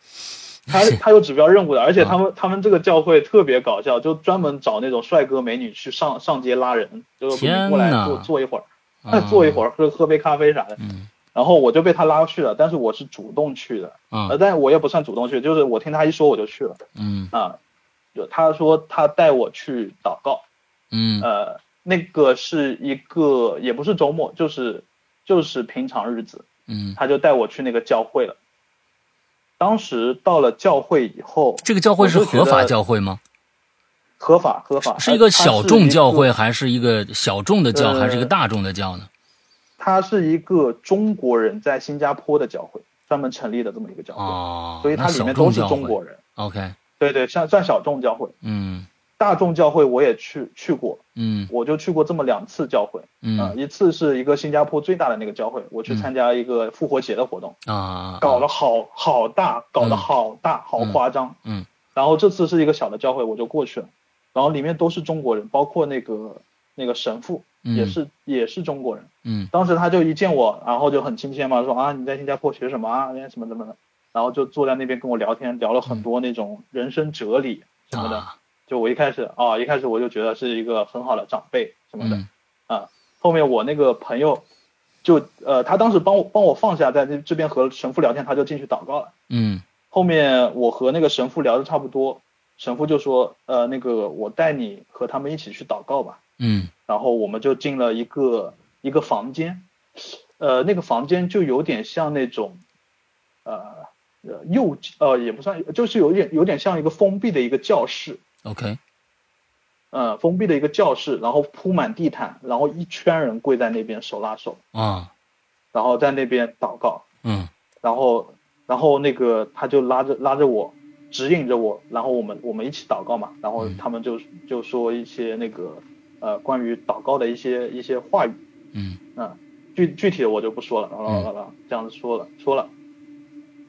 B: 他他有指标任务的，而且他们他们这个教会特别搞笑，就专门找那种帅哥美女去上上街拉人，就是
A: 天
B: 你过来
A: 呐
B: 坐坐一会儿，
A: 啊
B: (laughs) 坐一会儿喝喝杯咖啡啥的。
A: 嗯
B: 然后我就被他拉去了，但是我是主动去的，
A: 啊
B: 呃，但我也不算主动去，就是我听他一说我就去了
A: 嗯
B: 啊。就他说他带我去祷告，
A: 嗯
B: 呃，那个是一个也不是周末，就是就是平常日子，
A: 嗯，
B: 他就带我去那个教会了。当时到了教会以后，
A: 这个教会是合法教会吗？
B: 合法合法，
A: 是一个小众教会，啊
B: 呃，
A: 还是一个小众的教，
B: 呃
A: 还是一个大众的教呢？
B: 它是一个它是一个中国人在新加坡的教会，专门成立的这么一个教会，
A: 哦，
B: 所以它
A: 那
B: 里
A: 小
B: 面
A: 众
B: 都是
A: 教
B: 中
A: 会。
B: 国人，
A: OK，
B: 对对，像算小众教会，
A: 嗯
B: 大众教会我也去去过，
A: 嗯
B: 我就去过这么两次教会啊、
A: 嗯
B: 一次是一个新加坡最大的那个教会，我去
A: 嗯
B: 参加一个复活节的活动，
A: 啊，
B: 搞得好好大，搞得
A: 嗯
B: 好大，好
A: 嗯
B: 夸张。
A: 嗯
B: 然后这次是一个小的教会，我就过去了，然后里面都是中国人，包括那个那个神父
A: 嗯
B: 也是、也是中国人。
A: 嗯
B: 当时他就一见我，然后就很亲切嘛，说啊你在新加坡学什么啊，什么什么的，然后就坐在那边跟我聊天，聊了很多那种人生哲理什么的。
A: 嗯啊
B: 就我一开始啊，一开始我就觉得是一个很好的长辈什么的。
A: 嗯
B: 后面我那个朋友就呃，他当时帮我帮我放下，在这这边和神父聊天，他就进去祷告了。
A: 嗯
B: 后面我和那个神父聊的差不多，神父就说呃，那个我带你和他们一起去祷告吧。
A: 嗯
B: 然后我们就进了一个一个房间，呃，那个房间就有点像那种，呃呃幼呃也不算，就是有点有点像一个封闭的一个教室，
A: ，OK，
B: 呃，封闭的一个教室，然后铺满地毯，然后一圈人跪在那边手拉手，
A: 啊，
B: 然后在那边祷告，
A: 嗯
B: 然后然后那个他就拉着拉着我，指引着我，然后我们我们一起祷告嘛，然后
A: 嗯
B: 他们就就说一些那个呃关于祷告的一些一些话语，
A: 嗯
B: 具具体的我就不说了，然后然后然后这样子说了说了，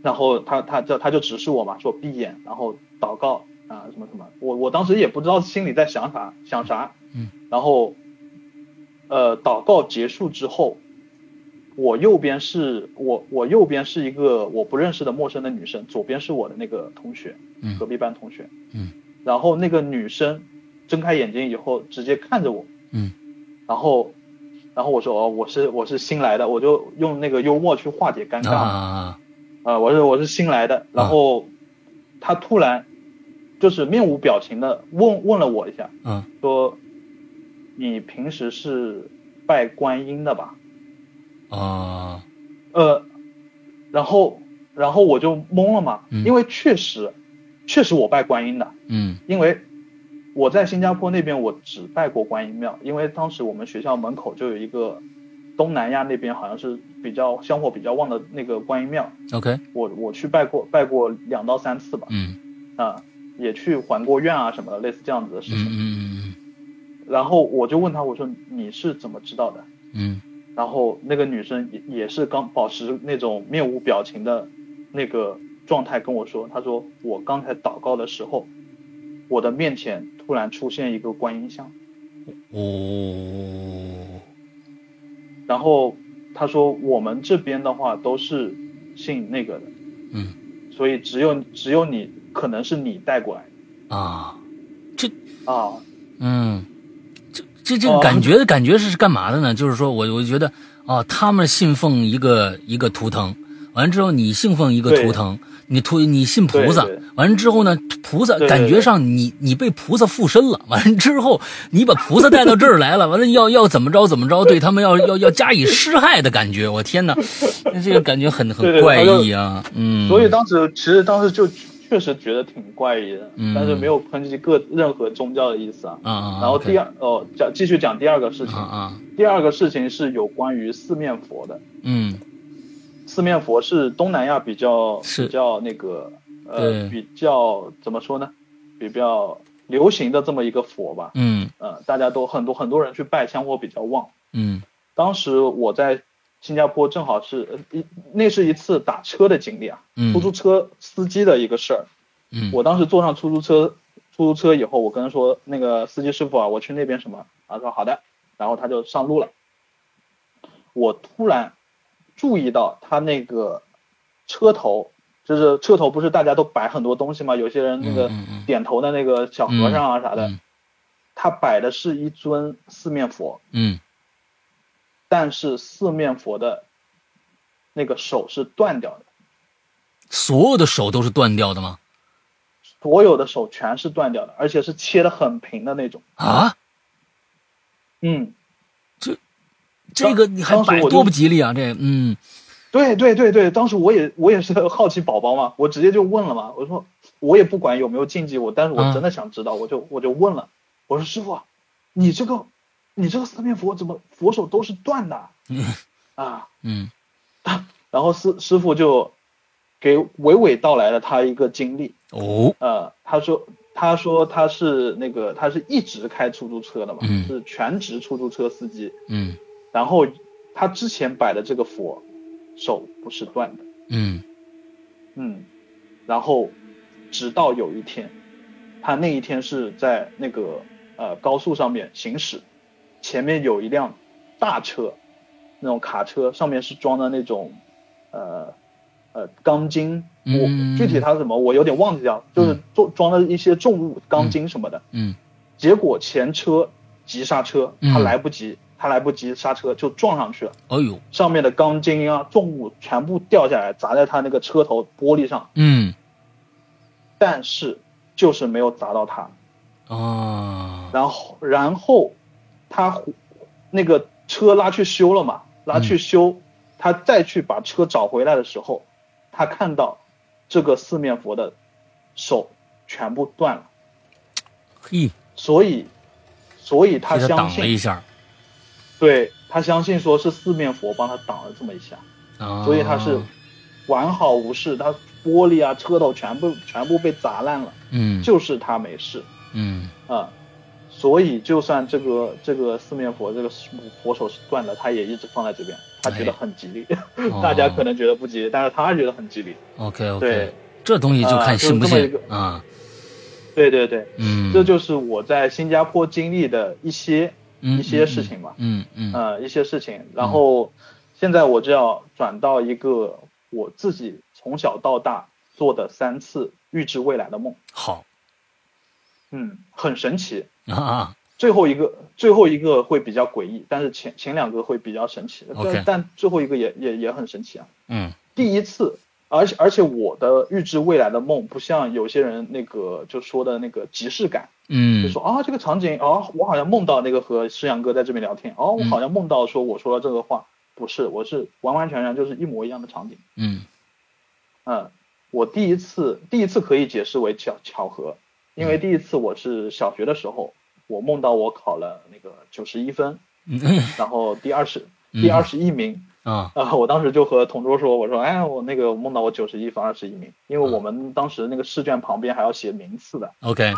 B: 然后他他就他就指示我嘛，说闭眼，然后祷告啊、什么什么，我我当时也不知道心里在想啥想啥，
A: 嗯，
B: 然后呃祷告结束之后，我右边是我我右边是一个我不认识的陌生的女生，左边是我的那个同学，
A: 嗯
B: 隔壁班同学，
A: 嗯，
B: 然后那个女生睁开眼睛以后直接看着我，
A: 嗯，
B: 然后然后我说哦，我是我是新来的，我就用那个幽默去化解尴尬，啊、
A: 啊，
B: 我是我是新来的，然后她突然就是面无表情的问问了我一下，
A: 嗯
B: 说你平时是拜观音的吧？
A: 啊，
B: 呃，然后然后我就懵了嘛，
A: 嗯
B: 因为确实确实我拜观音的，
A: 嗯
B: 因为我在新加坡那边我只拜过观音庙，因为当时我们学校门口就有一个东南亚那边好像是比较香火比较旺的那个观音庙，
A: ，OK，
B: 我我去拜过拜过两到三次吧，
A: 嗯
B: 啊、也去还过愿啊什么的，类似这样子的事
A: 嗯
B: 情。
A: 嗯
B: 然后我就问他，我说你是怎么知道的？
A: 嗯
B: 然后那个女生也也是刚保持那种面无表情的那个状态跟我说，她说我刚才祷告的时候，我的面前突然出现一个观音像，
A: 嗯，哦，
B: 然后她说我们这边的话都是信那个的，
A: 嗯
B: 所以只有只有你可能是你带过来
A: 啊，
B: 的啊，
A: 嗯，这这这个感
B: 哦
A: 觉、感觉是干嘛的呢？就是说我我觉得啊，他们信奉一个一个图腾，完之后你信奉一个图腾，你图你信菩萨
B: 对对，
A: 完之后呢，菩萨
B: 对对对
A: 感觉上你你被菩萨附身了， (laughs) 完之后你把菩萨带到这儿来了，完了要要怎么着怎么着，对他们要要要加以施害的感觉，我天
B: (laughs)
A: 哪，这个感觉很
B: 对
A: 很
B: 对
A: 怪
B: 他就
A: 异啊，嗯，
B: 所以当时其实当时就确实觉得挺怪异的，
A: 嗯
B: 但是没有抨击各任何宗教的意思啊。
A: 啊啊，
B: 然后第
A: 二
B: 二哦，讲继续讲第二个事情
A: 啊，啊，
B: 第二个事情是有关于四面佛的。
A: 嗯
B: 四面佛是东南亚比较
A: 是
B: 比较那个
A: 对
B: 呃比较怎么说呢？比较流行的这么一个佛吧。
A: 嗯
B: 呃，大家都很多很多人去拜，香火比较旺。
A: 嗯
B: 当时我在新加坡正好是呃一那是一次打车的经历啊，
A: 嗯，
B: 出租车司机的一个事儿。
A: 嗯
B: 我当时坐上出租车，出租车以后，我跟他说那个司机师傅啊，我去那边什么，他说好的，然后他就上路了。我突然注意到他那个车头，就是车头不是大家都摆很多东西嘛，有些人那个
A: 嗯嗯嗯
B: 点头的那个小和尚啊啥的，
A: 嗯
B: 他摆的是一尊四面佛，
A: 嗯
B: 但是四面佛的那个手是断掉的，
A: 所有的手都是断掉的吗？
B: 所有的手全是断掉的，而且是切的很平的那种。
A: 啊，
B: 嗯，
A: 这个你还
B: 当时
A: 摆
B: 我就
A: 多不吉利啊！这，嗯
B: 对对对对，当时我也我也是 (laughs) 好奇宝宝嘛，我直接就问了嘛，我说我也不管有没有禁忌，我但是我
A: 嗯
B: 真的想知道，我就我就问了，我说师傅啊，你这个你这个四面佛怎么佛手都是断的
A: (laughs)
B: 啊
A: 嗯
B: 啊？
A: 嗯
B: 然后师师傅就给娓娓道来了他一个经历，
A: 哦，
B: 呃，他说他说他是那个他是一直开出租车的嘛，
A: 嗯
B: 是全职出租车司机。
A: 嗯
B: 然后他之前摆的这个佛手不是断的，
A: 嗯
B: 嗯，然后直到有一天，他那一天是在那个呃高速上面行驶，前面有一辆大车，那种卡车上面是装的那种呃呃钢筋，我、
A: 嗯
B: 具体它是什么我有点忘记掉，就是
A: 嗯
B: 装装的一些重物钢筋什么的，
A: 嗯
B: 结果前车急刹车，他
A: 嗯
B: 来不及，他来不及刹车就撞上去了。
A: 哎呦，
B: 上面的钢筋啊、重物全部掉下来，砸在他那个车头玻璃上，
A: 嗯
B: 但是就是没有砸到他。
A: 啊，
B: 然后，然后他回那个车拉去修了嘛，拉
A: 嗯
B: 去修，他再去把车找回来的时候，他看到这个四面佛的手全部断了，
A: 嘿，
B: 所以，所以他
A: 给他
B: 相
A: 挡了
B: 信，
A: 一下，
B: 对他相信说是四面佛帮他挡了这么一下。
A: 啊，
B: 所以他是完好无事，他玻璃啊、车头全部全部被砸烂了，
A: 嗯
B: 就是他没事 (laughs)
A: 嗯
B: 啊、所以就算这个这个四面佛这个佛手是断的，他也一直放在这边，他觉得
A: 哎
B: 很吉利，
A: 哦
B: 大家可能觉得不吉利，但是他觉得很吉利。
A: OK
B: 对
A: OK，这东西就看信不
B: 啊就是
A: 信
B: 这么一
A: 啊，
B: 对对对，
A: 嗯，
B: 这就是我在新加坡经历的一些
A: 嗯
B: 一些事情吧，
A: 嗯嗯嗯
B: 呃，一些事情。然后现在我就要转到一个我自己从小到大做的三次预知未来的梦。
A: 好
B: 嗯，很神奇。
A: 啊，
B: 最后一个，最后一个会比较诡异，但是前前两个会比较神奇。但
A: OK
B: 但最后一个也也也很神奇啊。
A: 嗯
B: 第一次，而且而且我的预知未来的梦不像有些人那个就说的那个即视感，就
A: 嗯
B: 说啊这个场景啊，我好像梦到那个和诗阳哥在这边聊天，哦、我
A: 嗯
B: 好像梦到说我说了这个话，不是，我是完完全全就是一模一样的场景。
A: 嗯
B: 嗯，我第一次第一次可以解释为巧巧合，
A: 嗯
B: 因为第一次我是小学的时候，我梦到我考了那个九十一分，
A: 嗯 (laughs)
B: 然后第二十
A: 嗯
B: 第二十一名，
A: 啊
B: 啊、我当时就和同桌说，我说，哎，我那个梦到我九十一分二十一名，因
A: 嗯
B: 为我们当时那个试卷旁边还要写名次的，
A: OK，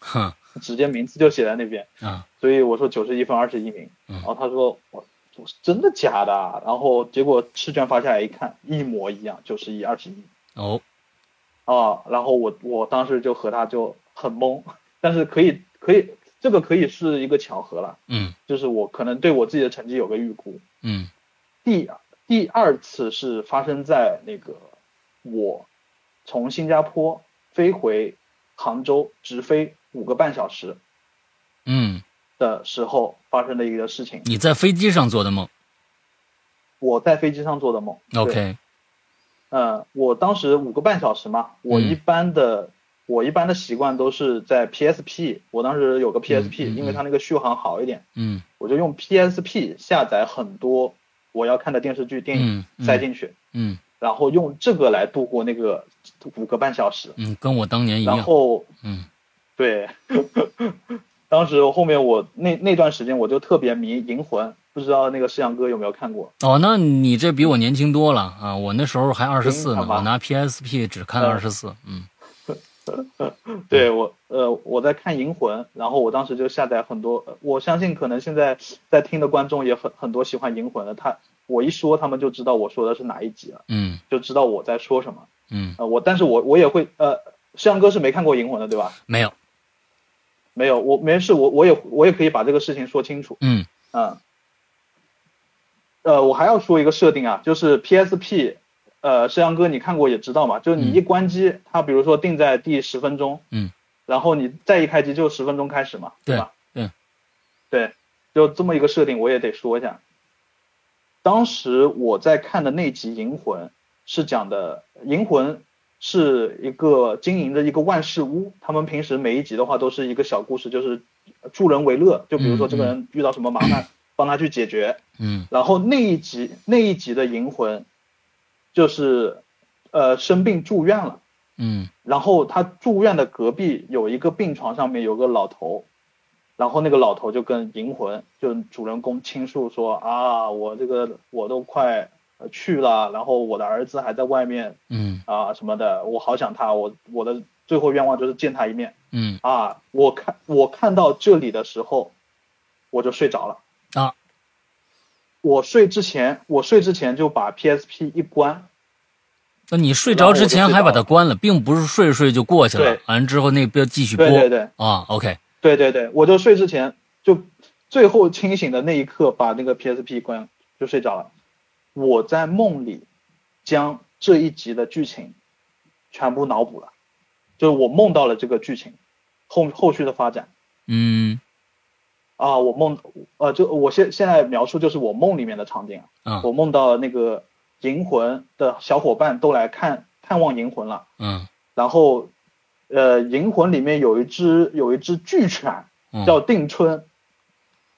A: 哼
B: 直接名次就写在那边，
A: 啊
B: 所以我说九十一分二十一名，
A: 嗯
B: 然后他说我。我说真的假的啊？然后结果试卷发下来一看，一模一样，九十一、二十一。
A: 哦
B: 啊，然后我我当时就和他就很懵，但是可以可以，这个可以是一个巧合了，
A: 嗯
B: 就是我可能对我自己的成绩有个预估。
A: 嗯
B: 第第二次是发生在那个我从新加坡飞回杭州，直飞五个半小时
A: 嗯，
B: 的时候发生的一个事情，
A: 你在飞机上做的梦
B: 我在飞机上做的梦。对
A: ，OK，
B: 嗯，我当时五个半小时嘛，
A: 嗯
B: 我一般的、我一般的习惯都是在 PSP，我当时有个 PSP，、
A: 嗯嗯
B: 因为它那个续航好一点，
A: 嗯
B: 我就用 PSP 下载很多我要看的电视剧、电影、
A: 嗯嗯
B: 塞进去，
A: 嗯
B: 然后用这个来度过那个五个半小时，
A: 嗯，跟我当年一
B: 然
A: 样，
B: 后
A: 嗯
B: 对， (laughs) 当时后面我那那段时间我就特别迷《银魂》，不知道那个世阳哥有没有看过？
A: 哦，那你这比我年轻多了啊，我那时候还二十四
B: 行
A: 呢，
B: 好吧
A: 我拿 PSP 只看二十四，嗯
B: 对我，呃，我在看《银魂》，然后我当时就下载很多，呃我相信可能现在在听的观众也很很多喜欢《银魂》的，他我一说他们就知道我说的是哪一集了，
A: 嗯
B: 就知道我在说什么。
A: 嗯，
B: 呃，我但是我我也会，呃，向哥是没看过《银魂》的对吧？
A: 没有，
B: 没有，我没事，我我也我也可以把这个事情说清楚，
A: 嗯
B: 嗯。呃，我还要说一个设定啊，就是 PSP，呃，摄阳哥你看过也知道嘛，就是你一关机，它比如说定在第十分钟，
A: 嗯，
B: 然后你再一开机就十分钟开始嘛，
A: 对嗯
B: 吧？
A: 对，
B: 对，就这么一个设定，我也得说一下。当时我在看的那集《银魂》是讲的，《银魂》是一个经营着一个万事屋，他们平时每一集的话都是一个小故事，就是助人为乐，就比如说这个人遇到什么麻烦，帮他去解决，
A: 嗯
B: 然后那一集那一集的银魂，就是呃生病住院了，
A: 嗯
B: 然后他住院的隔壁有一个病床上面有个老头，然后那个老头就跟银魂就是主人公倾诉说啊我这个我都快呃去了，然后我的儿子还在外面
A: 嗯
B: 啊什么的，我好想他，我我的最后愿望就是见他一面
A: 嗯
B: 啊。我看我看到这里的时候，我就睡着了
A: 啊。
B: 我睡之前，我睡之前就把 PSP 一关，
A: 那你睡着之前还把它关了，并不是睡睡就过去了
B: 对，
A: 完了之后那边继续播
B: 对对对
A: 啊，OK，
B: 对对对，我就睡之前就最后清醒的那一刻把那个 PSP 关就睡着了。我在梦里将这一集的剧情全部脑补了，就是我梦到了这个剧情后后续的发展
A: 嗯
B: 啊，我梦呃就我现现在描述就是我梦里面的场景啊，
A: 啊
B: 我梦到那个银魂的小伙伴都来看探望银魂了，
A: 嗯
B: 然后呃银魂里面有一只有一只巨犬。
A: 嗯，
B: 叫定春，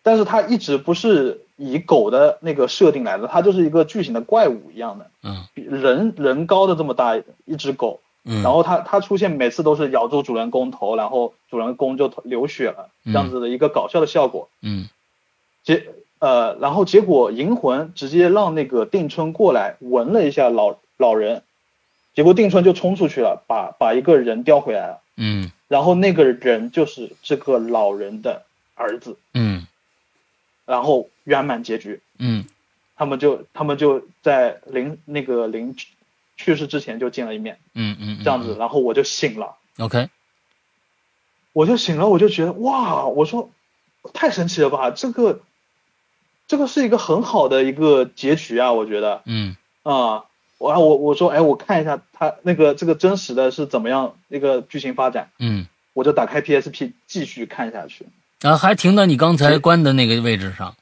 B: 但是它一直不是以狗的那个设定来的，它就是一个巨型的怪物一样的，
A: 嗯
B: 比人人高的这么大一只狗，
A: 嗯，
B: 然后它它出现每次都是咬住主人公头，然后主人公就头流血了，这样子的一个搞笑的效果。
A: 嗯
B: 结呃，然后结果银魂直接让那个定春过来闻了一下老老人，结果定春就冲出去了，把把一个人叼回来了，
A: 嗯
B: 然后那个人就是这个老人的儿子。
A: 嗯
B: 然后圆满结局。
A: 嗯
B: 他们就他们就在临那个临去去世之前就见了一面，
A: 嗯嗯，
B: 这样子，然后我就醒了，
A: ，OK，
B: 我就醒了，我就觉得哇，我说太神奇了吧，这个这个是一个很好的一个结局啊，我觉得
A: 嗯
B: 啊，我然后我我说哎，我看一下他那个这个真实的是怎么样那个剧情发展，
A: 嗯，
B: 我就打开 PSP 继续看下去。
A: 然后还停到你刚才关的那个位置上，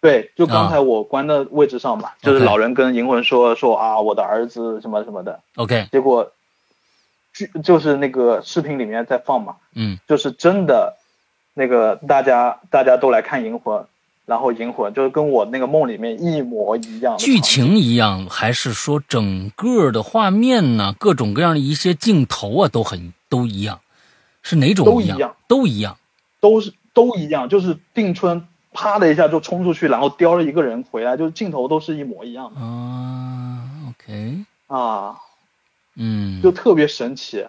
B: 对，就刚
A: 啊
B: 才我关的位置上嘛，就是
A: OK
B: 老人跟银魂说说啊，我的儿子什么什么的，
A: ，OK，
B: 结果，剧就是那个视频里面在放嘛，
A: 嗯
B: 就是真的，那个大家大家都来看《银魂》，然后《银魂》就是跟我那个梦里面一模一样的
A: 剧
B: 场景。
A: 情一样，还是说整个的画面呢，各种各样的一些镜头啊，都很都一样，是哪种
B: 都
A: 一
B: 一
A: 样
B: 样？
A: 都一样。
B: 都是都一样，就是定春啪的一下就冲出去，然后叼了一个人回来，就是镜头都是一模一样的
A: 啊，OK，
B: 啊，
A: 嗯，
B: 就特别神奇。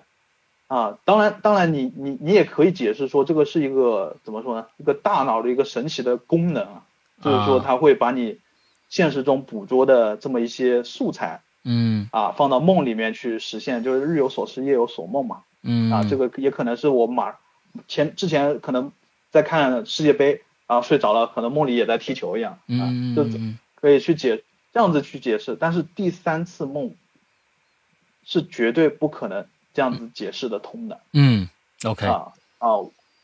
B: 啊，当然，当然你，你你也可以解释说，这个是一个怎么说呢？一个大脑的一个神奇的功能啊，就是说
A: 啊
B: 它会把你现实中捕捉的这么一些素材
A: 嗯
B: 啊，放到梦里面去实现，就是日有所思，夜有所梦嘛。
A: 嗯
B: 啊，这个也可能是我马前之前可能在看世界杯啊睡着了，可能梦里也在踢球一样啊，
A: 嗯
B: 就
A: 嗯
B: 可以去解这样子去解释，但是第三次梦是绝对不可能这样子解释得通的
A: 嗯，OK，
B: 啊啊！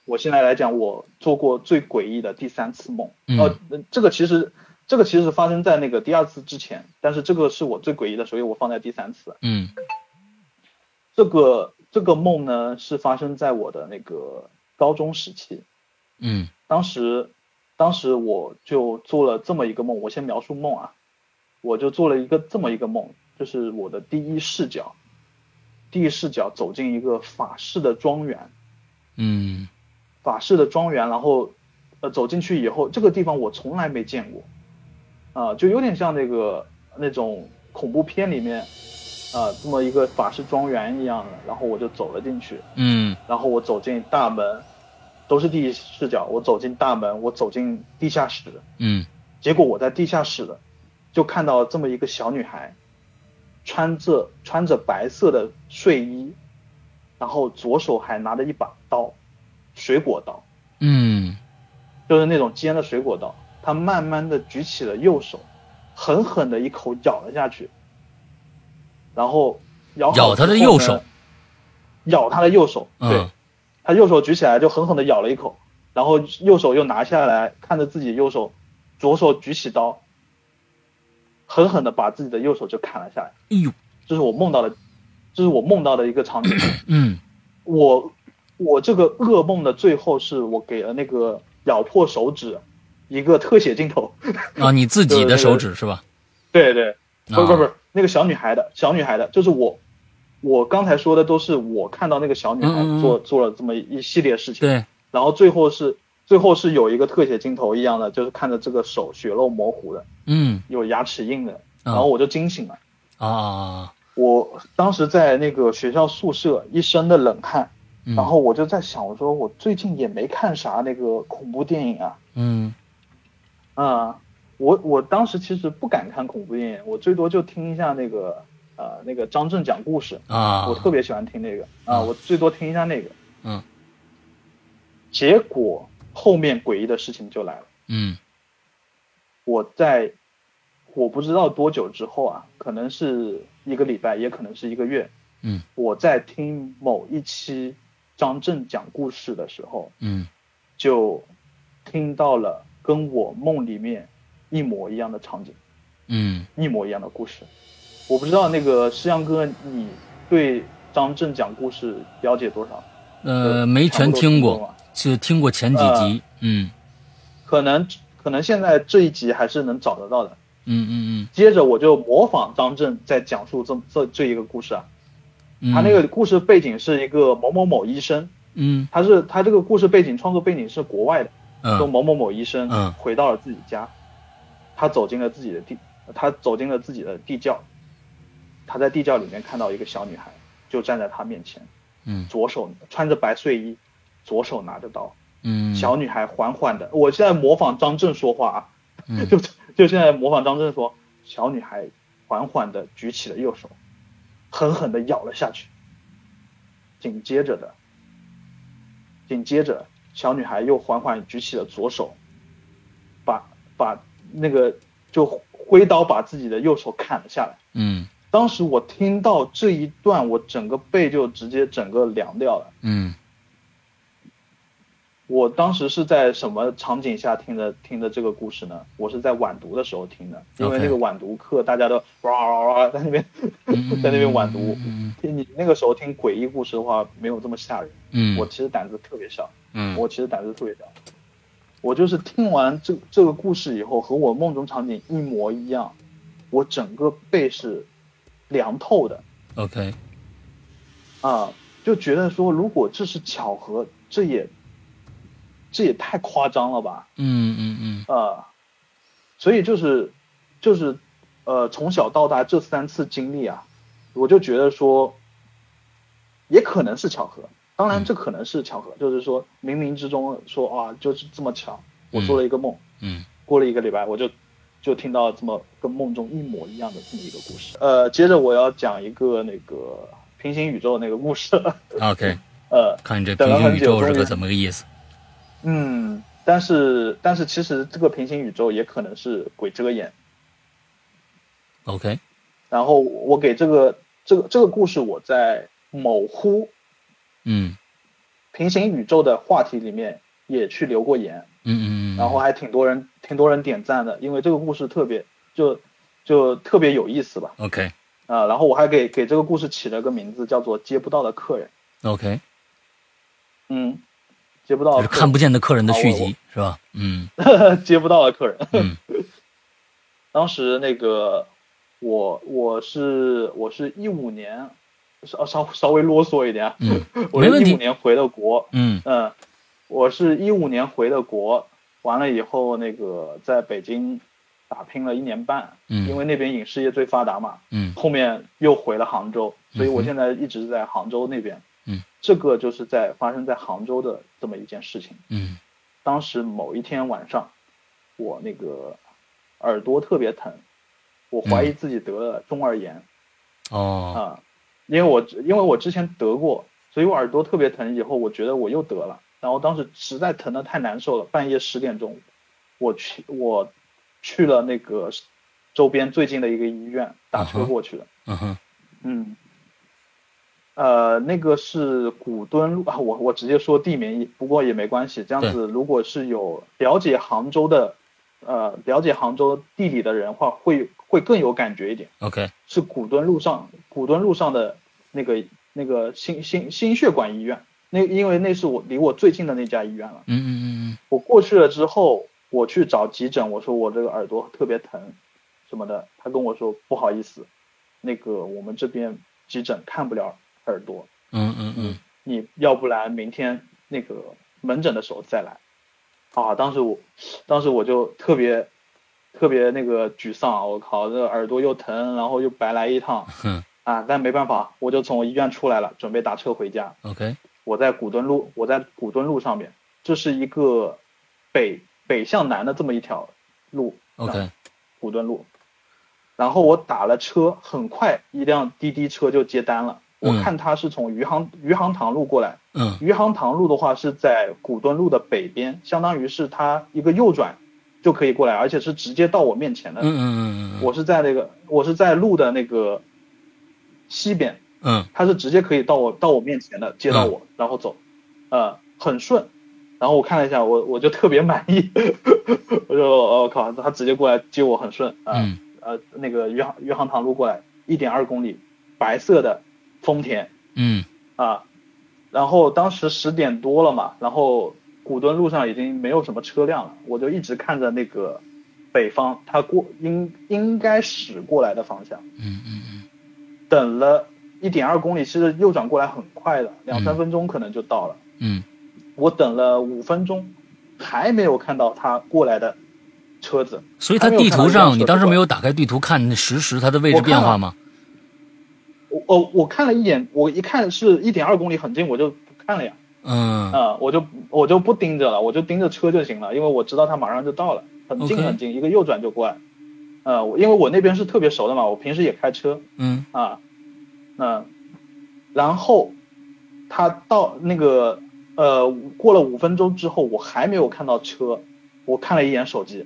B: 我现在来讲，我做过最诡异的第三次梦，
A: 嗯
B: 呃，这个其实这个其实是发生在那个第二次之前，但是这个是我最诡异的，所以我放在第三次。
A: 嗯
B: 这个这个梦呢是发生在我的那个高中时期，
A: 嗯
B: 当时当时我就做了这么一个梦，我先描述梦啊，我就做了一个这么一个梦，就是我的第一视角，第一视角走进一个法式的庄园，
A: 嗯
B: 法式的庄园，然后呃走进去以后，这个地方我从来没见过，啊、就有点像那个那种恐怖片里面啊、这么一个法式庄园一样的，然后我就走了进去，
A: 嗯
B: 然后我走进大门，都是第一视角，我走进大门，我走进地下室，
A: 嗯
B: 结果我在地下室就看到这么一个小女孩，穿着穿着白色的睡衣，然后左手还拿着一把刀，水果刀。
A: 嗯
B: 就是那种尖的水果刀，他慢慢的举起了右手，狠狠的一口咬了下去，然后咬好
A: 咬他的右手
B: 之后呢，咬他的右手，对
A: 嗯，
B: 他右手举起来就狠狠的咬了一口，然后右手又拿下来，看着自己右手，左手举起刀，狠狠的把自己的右手就砍了下来，
A: 哎呦，
B: 这是我梦到的，这是我梦到的一个场景。
A: 嗯
B: 我我这个噩梦的最后是我给了那个咬破手指一个特写镜头， (laughs)
A: 啊，你自己的手指是吧？
B: 对对，
A: 啊
B: 不是不是不是那个小女孩的小女孩的，就是我我刚才说的都是我看到那个小女孩
A: 嗯嗯嗯
B: 做做了这么一系列事情，
A: 对，
B: 然后最后是最后是有一个特写镜头一样的，就是看着这个手血肉模糊的，
A: 嗯
B: 有牙齿印的，
A: 啊
B: 然后我就惊醒了，
A: 啊啊啊，
B: 我当时在那个学校宿舍一身的冷汗，
A: 嗯
B: 然后我就在想，我说我最近也没看啥那个恐怖电影啊，
A: 嗯
B: 啊、我我当时其实不敢看恐怖电影，我最多就听一下那个呃那个张震讲故事，
A: 啊，
B: 我特别喜欢听那个啊、
A: 啊
B: 我最多听一下那个。
A: 嗯
B: 结果后面诡异的事情就来了，
A: 嗯
B: 我在我不知道多久之后啊，可能是一个礼拜，也可能是一个月，
A: 嗯
B: 我在听某一期张震讲故事的时候，
A: 嗯，
B: 就听到了跟我梦里面一模一样的场景，
A: 嗯
B: 一模一样的故事。我不知道那个诗阳哥，你对张震讲故事了解多少？
A: 呃，没
B: 差
A: 全
B: 不多呃
A: 听过，
B: 吧
A: 就听过前几集，嗯
B: 可能可能现在这一集还是能找得到的。
A: 嗯嗯
B: 接着我就模仿张震在讲述这这这一个故事啊，
A: 嗯，
B: 他那个故事背景是一个某某某医生，
A: 嗯
B: 他是他这个故事背景创作背景是国外的，说
A: 嗯
B: 某某某医生
A: 嗯
B: 回到了自己家，他走进了自己的地，他走进了自己的地窖，他在地窖里面看到一个小女孩，就站在他面前，
A: 嗯
B: 左手穿着白睡衣，左手拿着刀，
A: 嗯，
B: 小女孩缓缓的，我现在模仿张震说话啊，
A: 嗯
B: (laughs) 就就现在模仿张震说，小女孩缓缓的举起了右手，狠狠的咬了下去。紧接着的，紧接着小女孩又缓缓举起了左手，把把那个就挥刀把自己的右手砍了下来。
A: 嗯
B: 当时我听到这一段，我整个背就直接整个凉掉了。
A: 嗯
B: 我当时是在什么场景下听的听的这个故事呢？我是在晚读的时候听的，因为
A: OK
B: 那个晚读课大家都哇哇哇在那边
A: 嗯，
B: (laughs) 在那边晚读。
A: 嗯
B: 你那个时候听诡异故事的话，没有这么吓人。
A: 嗯，
B: 我其实胆子特别小，
A: 嗯
B: 我其实胆子特别小。我就是听完这这个故事以后，和我梦中场景一模一样，我整个背是凉透的
A: OK，
B: 啊，就觉得说如果这是巧合，这也这也太夸张了吧。
A: 嗯嗯嗯
B: 呃，所以就是就是呃，从小到大这三次经历啊，我就觉得说，也可能是巧合。当然，
A: 嗯
B: 这可能是巧合，就是说冥冥之中说啊，就是这么巧，我做了一个梦，
A: 嗯
B: 过了一个礼拜，我就就听到这么跟梦中一模一样的这么一个故事。呃，接着我要讲一个那个平行宇宙那个故事，
A: ，OK，
B: 呃，
A: 看你这平
B: 等了
A: 行
B: 很
A: 宇
B: 久
A: 宙是
B: 终
A: 个
B: 于
A: 怎么个意思？
B: 嗯，但是但是其实这个平行宇宙也可能是鬼遮眼。
A: OK，
B: 然后我给这个这个这个故事，我在某乎
A: 嗯
B: 平行宇宙的话题里面也去留过言，
A: 嗯嗯嗯，
B: 然后还挺多人挺多人点赞的，因为这个故事特别就就特别有意思吧
A: OK
B: 啊、然后我还给给这个故事起了个名字，叫做《接不到的客人》。
A: OK，
B: 嗯，接不到
A: 就是看
B: 不
A: 不见的客人的
B: 好
A: 续
B: 我
A: 集是吧？嗯
B: (laughs) 接不到的客人。
A: 嗯
B: (laughs) 当时那个我我是我是一五年，稍稍稍微啰嗦一点啊，
A: 嗯
B: (laughs) 我
A: 没
B: 是
A: 问
B: 一
A: 题
B: 五年回的国，
A: 嗯
B: 嗯，我是一五年回的国，完了以后那个在北京打拼了一年半，
A: 嗯
B: 因为那边影视业最发达嘛，
A: 嗯
B: 后面又回了杭州，所以
A: 嗯
B: 我
A: 哼
B: 现在一直在杭州那边。
A: 嗯，
B: 这个就是在发生在杭州的这么一件事情。
A: 嗯
B: 当时某一天晚上，我那个耳朵特别疼，我怀疑
A: 嗯
B: 自己得了中耳炎。
A: 哦
B: 啊，因为我因为我之前得过，所以我耳朵特别疼，以后我觉得我又得了，然后当时实在疼的太难受了，半夜十点钟，我去我去了那个周边最近的一个医院，打
A: 嗯
B: 车
A: 哼
B: 过去的，
A: 嗯哼
B: 嗯。呃，那个是古墩路啊，我我直接说地名，不过也没关系。这样子，如果是有了解杭州的，呃，了解杭州地理的人的话，会会更有感觉一点。
A: OK
B: 是古墩路上古墩路上的那个那个心心心血管医院。那因为那是我离我最近的那家医院了。
A: 嗯嗯嗯
B: 我过去了之后，我去找急诊，我说我这个耳朵特别疼，什么的。他跟我说不好意思，那个我们这边急诊看不了耳朵，
A: 嗯嗯嗯
B: 你要不然明天那个门诊的时候再来。啊，当时我，当时我就特别，特别那个沮丧啊，我靠，这耳朵又疼，然后又白来一趟，
A: 哼
B: 啊，但没办法，我就从医院出来了，准备打车回家。
A: OK，
B: 我在古墩路，我在古墩路上面，这是一个北北向南的这么一条路
A: OK，
B: 古墩路。然后我打了车，很快一辆滴滴车就接单了。我
A: 嗯
B: 看他是从余杭余杭塘路过来，
A: 嗯
B: 余杭塘路的话是在古墩路的北边，相当于是它一个右转就可以过来，而且是直接到我面前
A: 嗯
B: 的。
A: 嗯嗯嗯，
B: 我是在那个我是在路的那个西边，
A: 嗯
B: 它是直接可以到我到我面前的，接到我、然后走，呃，很顺。然后我看了一下，我我就特别满意， (laughs) 我就我、靠，他直接过来接我很顺啊、
A: 嗯
B: 呃，那个余杭余杭塘路过来一点二公里，白色的丰田，
A: 嗯
B: 啊，然后当时十点多了嘛，然后古墩路上已经没有什么车辆了，我就一直看着那个北方，它过应应该驶过来的方向，
A: 嗯嗯
B: 等了一点二公里，其实右转过来很快的，两三
A: 嗯
B: 分钟可能就到了。
A: 嗯
B: 我等了五分钟，还没有看到他过来的车子，
A: 嗯，所以它地图
B: 还没有看到一辆
A: 上，
B: 车
A: 你当时
B: 过来
A: 没有打开地图看实时它的位置
B: 我看
A: 变
B: 了
A: 化吗？
B: 我哦，我看了一眼，我一看是一点二公里很近，我就不看了呀。
A: 嗯
B: 啊、我就我就不盯着了，我就盯着车就行了，因为我知道它马上就到了，很近
A: OK
B: 很近一个右转就过来。呃，我因为我那边是特别熟的嘛，我平时也开车
A: 嗯
B: 啊，嗯、然后他到那个呃过了五分钟之后，我还没有看到车，我看了一眼手机，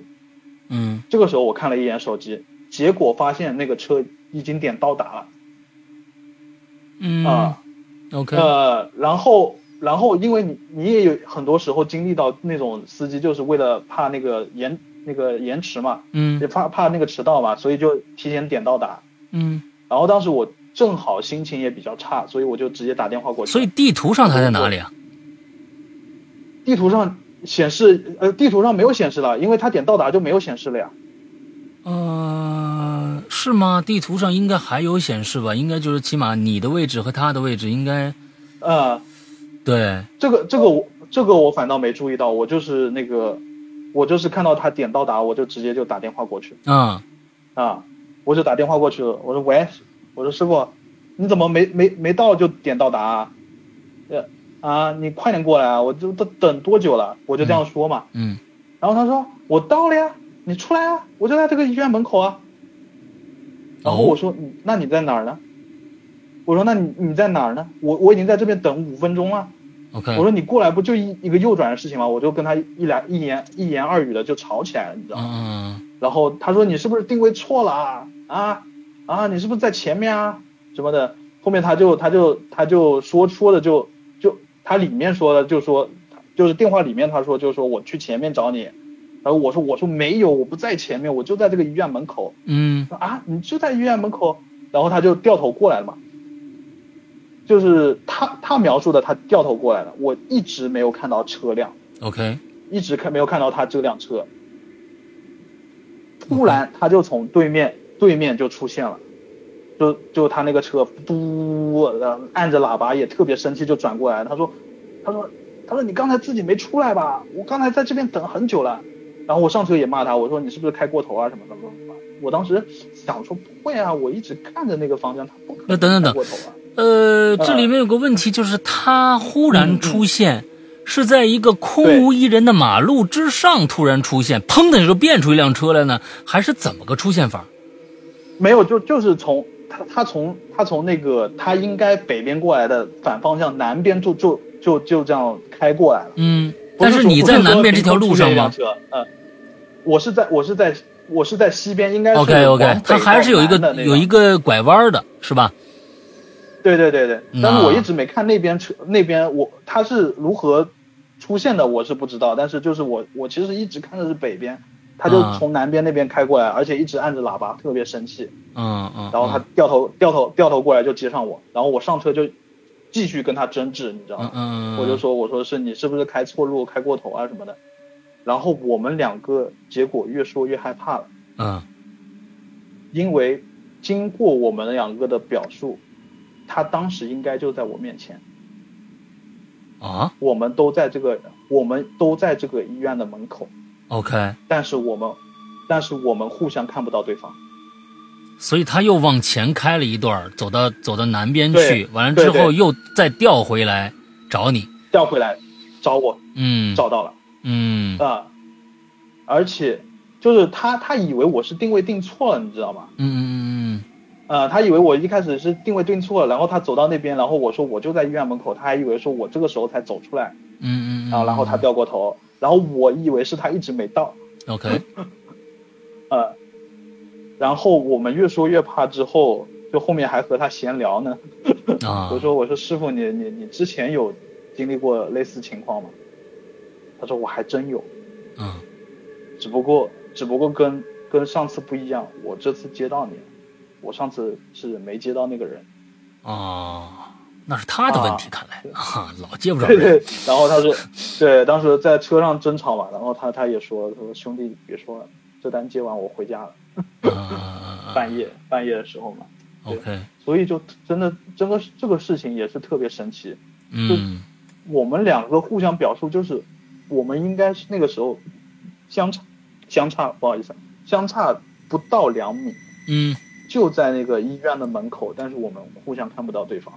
A: 嗯
B: 这个时候我看了一眼手机，结果发现那个车已经点到达
A: 嗯
B: 了啊。
A: ，OK，
B: 呃，然后然后因为你你也有很多时候经历到那种司机就是为了怕那个延那个延迟嘛，
A: 嗯
B: 也怕怕那个迟到嘛，所以就提前点到达。
A: 嗯，
B: 然后当时我正好心情也比较差，所以我就直接打电话过去。
A: 所以地图上它在哪里啊？
B: 地图上显示呃地图上没有显示了，因为他点到达就没有显示了呀。
A: 呃，是吗？地图上应该还有显示吧？应该就是起码你的位置和他的位置应该
B: 呃，
A: 对，
B: 这个这个我这个我反倒没注意到，我就是那个我就是看到他点到达，我就直接就打电话过去。
A: 啊，
B: 啊，我就打电话过去了，我说喂，我说师傅，你怎么没没没到就点到达啊？呃啊，你快点过来啊！我都都等多久了？我就这样说嘛。
A: 嗯
B: 然后他说我到了呀，你出来啊，我就在这个医院门口啊。
A: 哦
B: 然后我说、嗯那你在哪儿呢？我说那你你在哪儿呢？我我已经在这边等五分钟了。
A: ，OK，
B: 我说你过来不就一一个右转的事情吗？我就跟他一来一言一言二语的就吵起来了，你知道吗？
A: 嗯
B: 然后他说你是不是定位错了啊啊啊，你是不是在前面啊什么的？后面他就他就他就说说的就就他里面说的就说就是电话里面他说就说我去前面找你，然后我说我说没有我不在前面我就在这个医院门口
A: 嗯
B: 啊你就在医院门口，然后他就掉头过来了嘛，就是他他描述的他掉头过来了，我一直没有看到车辆。
A: ，OK，
B: 一直看没有看到他这辆车。
A: 嗯
B: 突然，他就从对面对面就出现了，就就他那个车嘟，然后按着喇叭也特别生气，就转过来，他说，他说，他说你刚才自己没出来吧？我刚才在这边等很久了。然后我上车也骂他，我说你是不是开过头啊什么什么什么。我当时想说不会啊，我一直看着那个方向，他不可
A: 那
B: 能
A: 等等等
B: 开过头啊。嗯
A: 呃，这里面有个问题，就是它忽然出现，是在一个空无一人的马路之上突然出现，砰的就变出一辆车来呢，还是怎么个出现法？
B: 没有，就就是从他他从他从那个他应该北边过来的反方向南边就就就就这样开过来了。
A: 嗯，
B: 不
A: 但
B: 是说
A: 你在南边这条路上
B: 不
A: 吗
B: 是说出现一辆车，呃，我是在我是在我是在西边，应该是
A: ？OK OK，
B: 往北
A: 它还是有一
B: 往南
A: 个
B: 的那
A: 有一个拐弯的，是吧？
B: 对对对对
A: 嗯，
B: 但是我一直没看那边车那边我他是如何出现的，我是不知道。但是就是我我其实一直看的是北边，他就
A: 啊
B: 从南边那边开过来，而且一直按着喇叭，特别生气。
A: 嗯嗯，
B: 然后他掉头掉头掉头过来就接上我，然后我上车就继续跟他争执，你知道
A: 嗯
B: 吗？
A: 嗯，
B: 我就说我说是你是不是开错路开过头啊什么的，然后我们两个结果越说越害怕了，
A: 嗯
B: 因为经过我们两个的表述，他当时应该就在我面前，
A: 啊
B: 我们都在这个我们都在这个医院的门口，
A: ，OK，
B: 但是我们但是我们互相看不到对方，
A: 所以他又往前开了一段儿，走到走到南边去
B: 对，
A: 完了之
B: 对
A: 后
B: 对
A: 又再调回来找你。
B: 调回来找我，
A: 嗯
B: 找到了
A: 嗯
B: 啊、而且就是他他以为我是定位定错了，你知道吗？
A: 嗯嗯嗯
B: 呃，他以为我一开始是定位定错了，然后他走到那边，然后我说我就在医院门口，他还以为说我这个时候才走出来，
A: 嗯嗯嗯，
B: 啊，然后他掉过头，然后我以为是他一直没到，
A: OK，
B: 呃，然后我们越说越怕，之后就后面还和他闲聊呢，
A: 啊，
B: 我说我说师傅你你你之前有经历过类似情况吗？他说我还真有，
A: 嗯
B: 只不过只不过跟跟上次不一样，我这次接到你了，我上次是没接到那
A: (laughs)
B: 个人。
A: 哦，那是他的问题，看来啊， (laughs) 老接不着
B: 对
A: 人。
B: 对，然后他说，对，当时在车上争吵嘛，然后他他也说，他说兄弟别说了，这单接完我回家了，
A: 嗯嗯嗯
B: 半夜半夜的时候嘛，
A: ，OK，
B: 所以就真的这个这个事情也是特别神奇，
A: 嗯
B: 我们两个互相表述就是，我们应该是那个时候相差相差不好意思啊，相差不到两米，
A: 嗯
B: 就在那个医院的门口，但是我们互相看不到对方，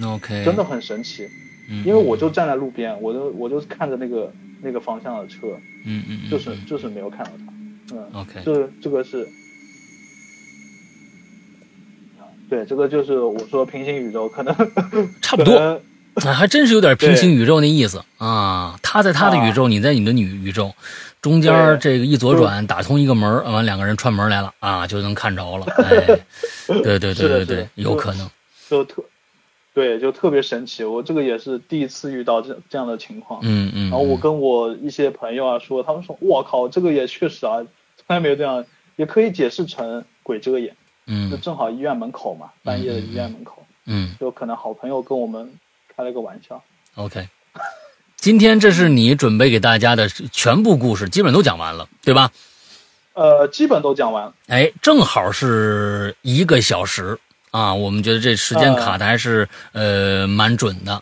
A: 嗯，OK，嗯
B: 真的，很神奇，
A: 因
B: 因为我就站在路边，我就我就看着那个那个方向的车。
A: 嗯嗯，哦
B: 就是就是没有看到他，嗯，
A: OK，
B: 这这个是，对，这个就是我说平行宇宙可能
A: 差不
B: 可
A: 多，
B: 能
A: 啊，还真是有点平行宇宙那意思啊。他在他的宇宙，你在你的女宇宙，中间儿这个一左
B: 嗯
A: 转打通一个门儿，完了两个人串门儿来了啊，就能看着了。哎，
B: (laughs)
A: 对对对
B: 是的
A: 对
B: 是的
A: 对，有可能。
B: 就特，对，就特别神奇。我这个也是第一次遇到这这样的情况，
A: 嗯嗯。
B: 然后我跟我一些朋友啊说，他们说我靠，这个也确实啊，从来没有这样，也可以解释成鬼遮眼，就
A: 嗯
B: 正好医院门口嘛，半夜的医院门口，
A: 嗯
B: 就可能好朋友跟我们开了个玩笑，
A: OK。今天这是你准备给大家的全部故事，基本都讲完了，对吧？
B: 呃，基本都讲完了，
A: 哎，正好是一个小时啊，我们觉得这时间
B: 啊
A: 卡的还是、呃蛮准的。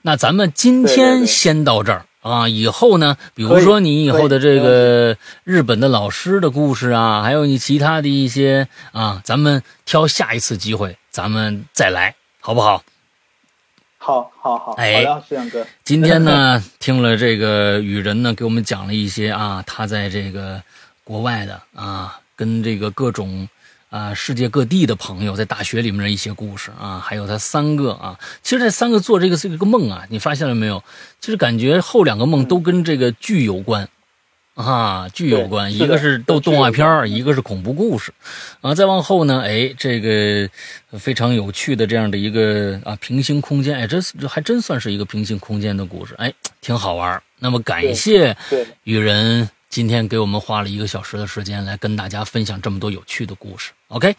A: 那咱们今
B: 对对
A: 天
B: 对
A: 先到这儿啊，以后呢，比如
B: 可以
A: 说你以后的
B: 可以
A: 这个日本的老师的故事啊，还有你其他的一些啊，咱们挑下一次机会，咱们再来，好不好？
B: 好好好，好
A: 哎
B: 的，石阳哥。
A: 今天呢， (laughs) 听了这个雨人呢，给我们讲了一些啊，他在这个国外的啊，跟这个各种啊世界各地的朋友在大学里面的一些故事啊，还有他三个啊，其实这三个做这个这个梦啊，你发现了没有？其实感觉后两个梦都跟这个剧有关。啊，剧有关，
B: 对
A: 一个
B: 是的
A: 是动
B: 跟剧
A: 动画片儿
B: 有关
A: 一个是恐怖故事，啊，再往后呢，哎，这个非常有趣的这样的一个啊平行空间，哎，这是这还真算是一个平行空间的故事，哎，挺好玩儿。那么感谢
B: 对，
A: 雨人今天给我们花了一个小时的时间来跟大家分享这么多有趣的故事。OK，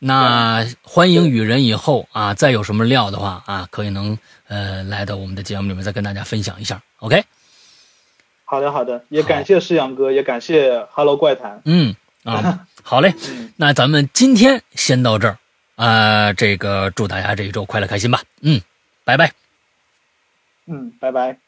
A: 那欢迎雨人以后啊，再有什么料的话啊，可以能呃来到我们的节目里面再跟大家分享一下。OK，
B: 好的好的，也感谢世阳哥，也感谢 Hello 怪谈。
A: 嗯
B: (laughs)
A: 啊，好嘞
B: 嗯，
A: 那咱们今天先到这儿啊、这个祝大家这一周快乐开心吧，嗯，拜拜。
B: 嗯，拜拜。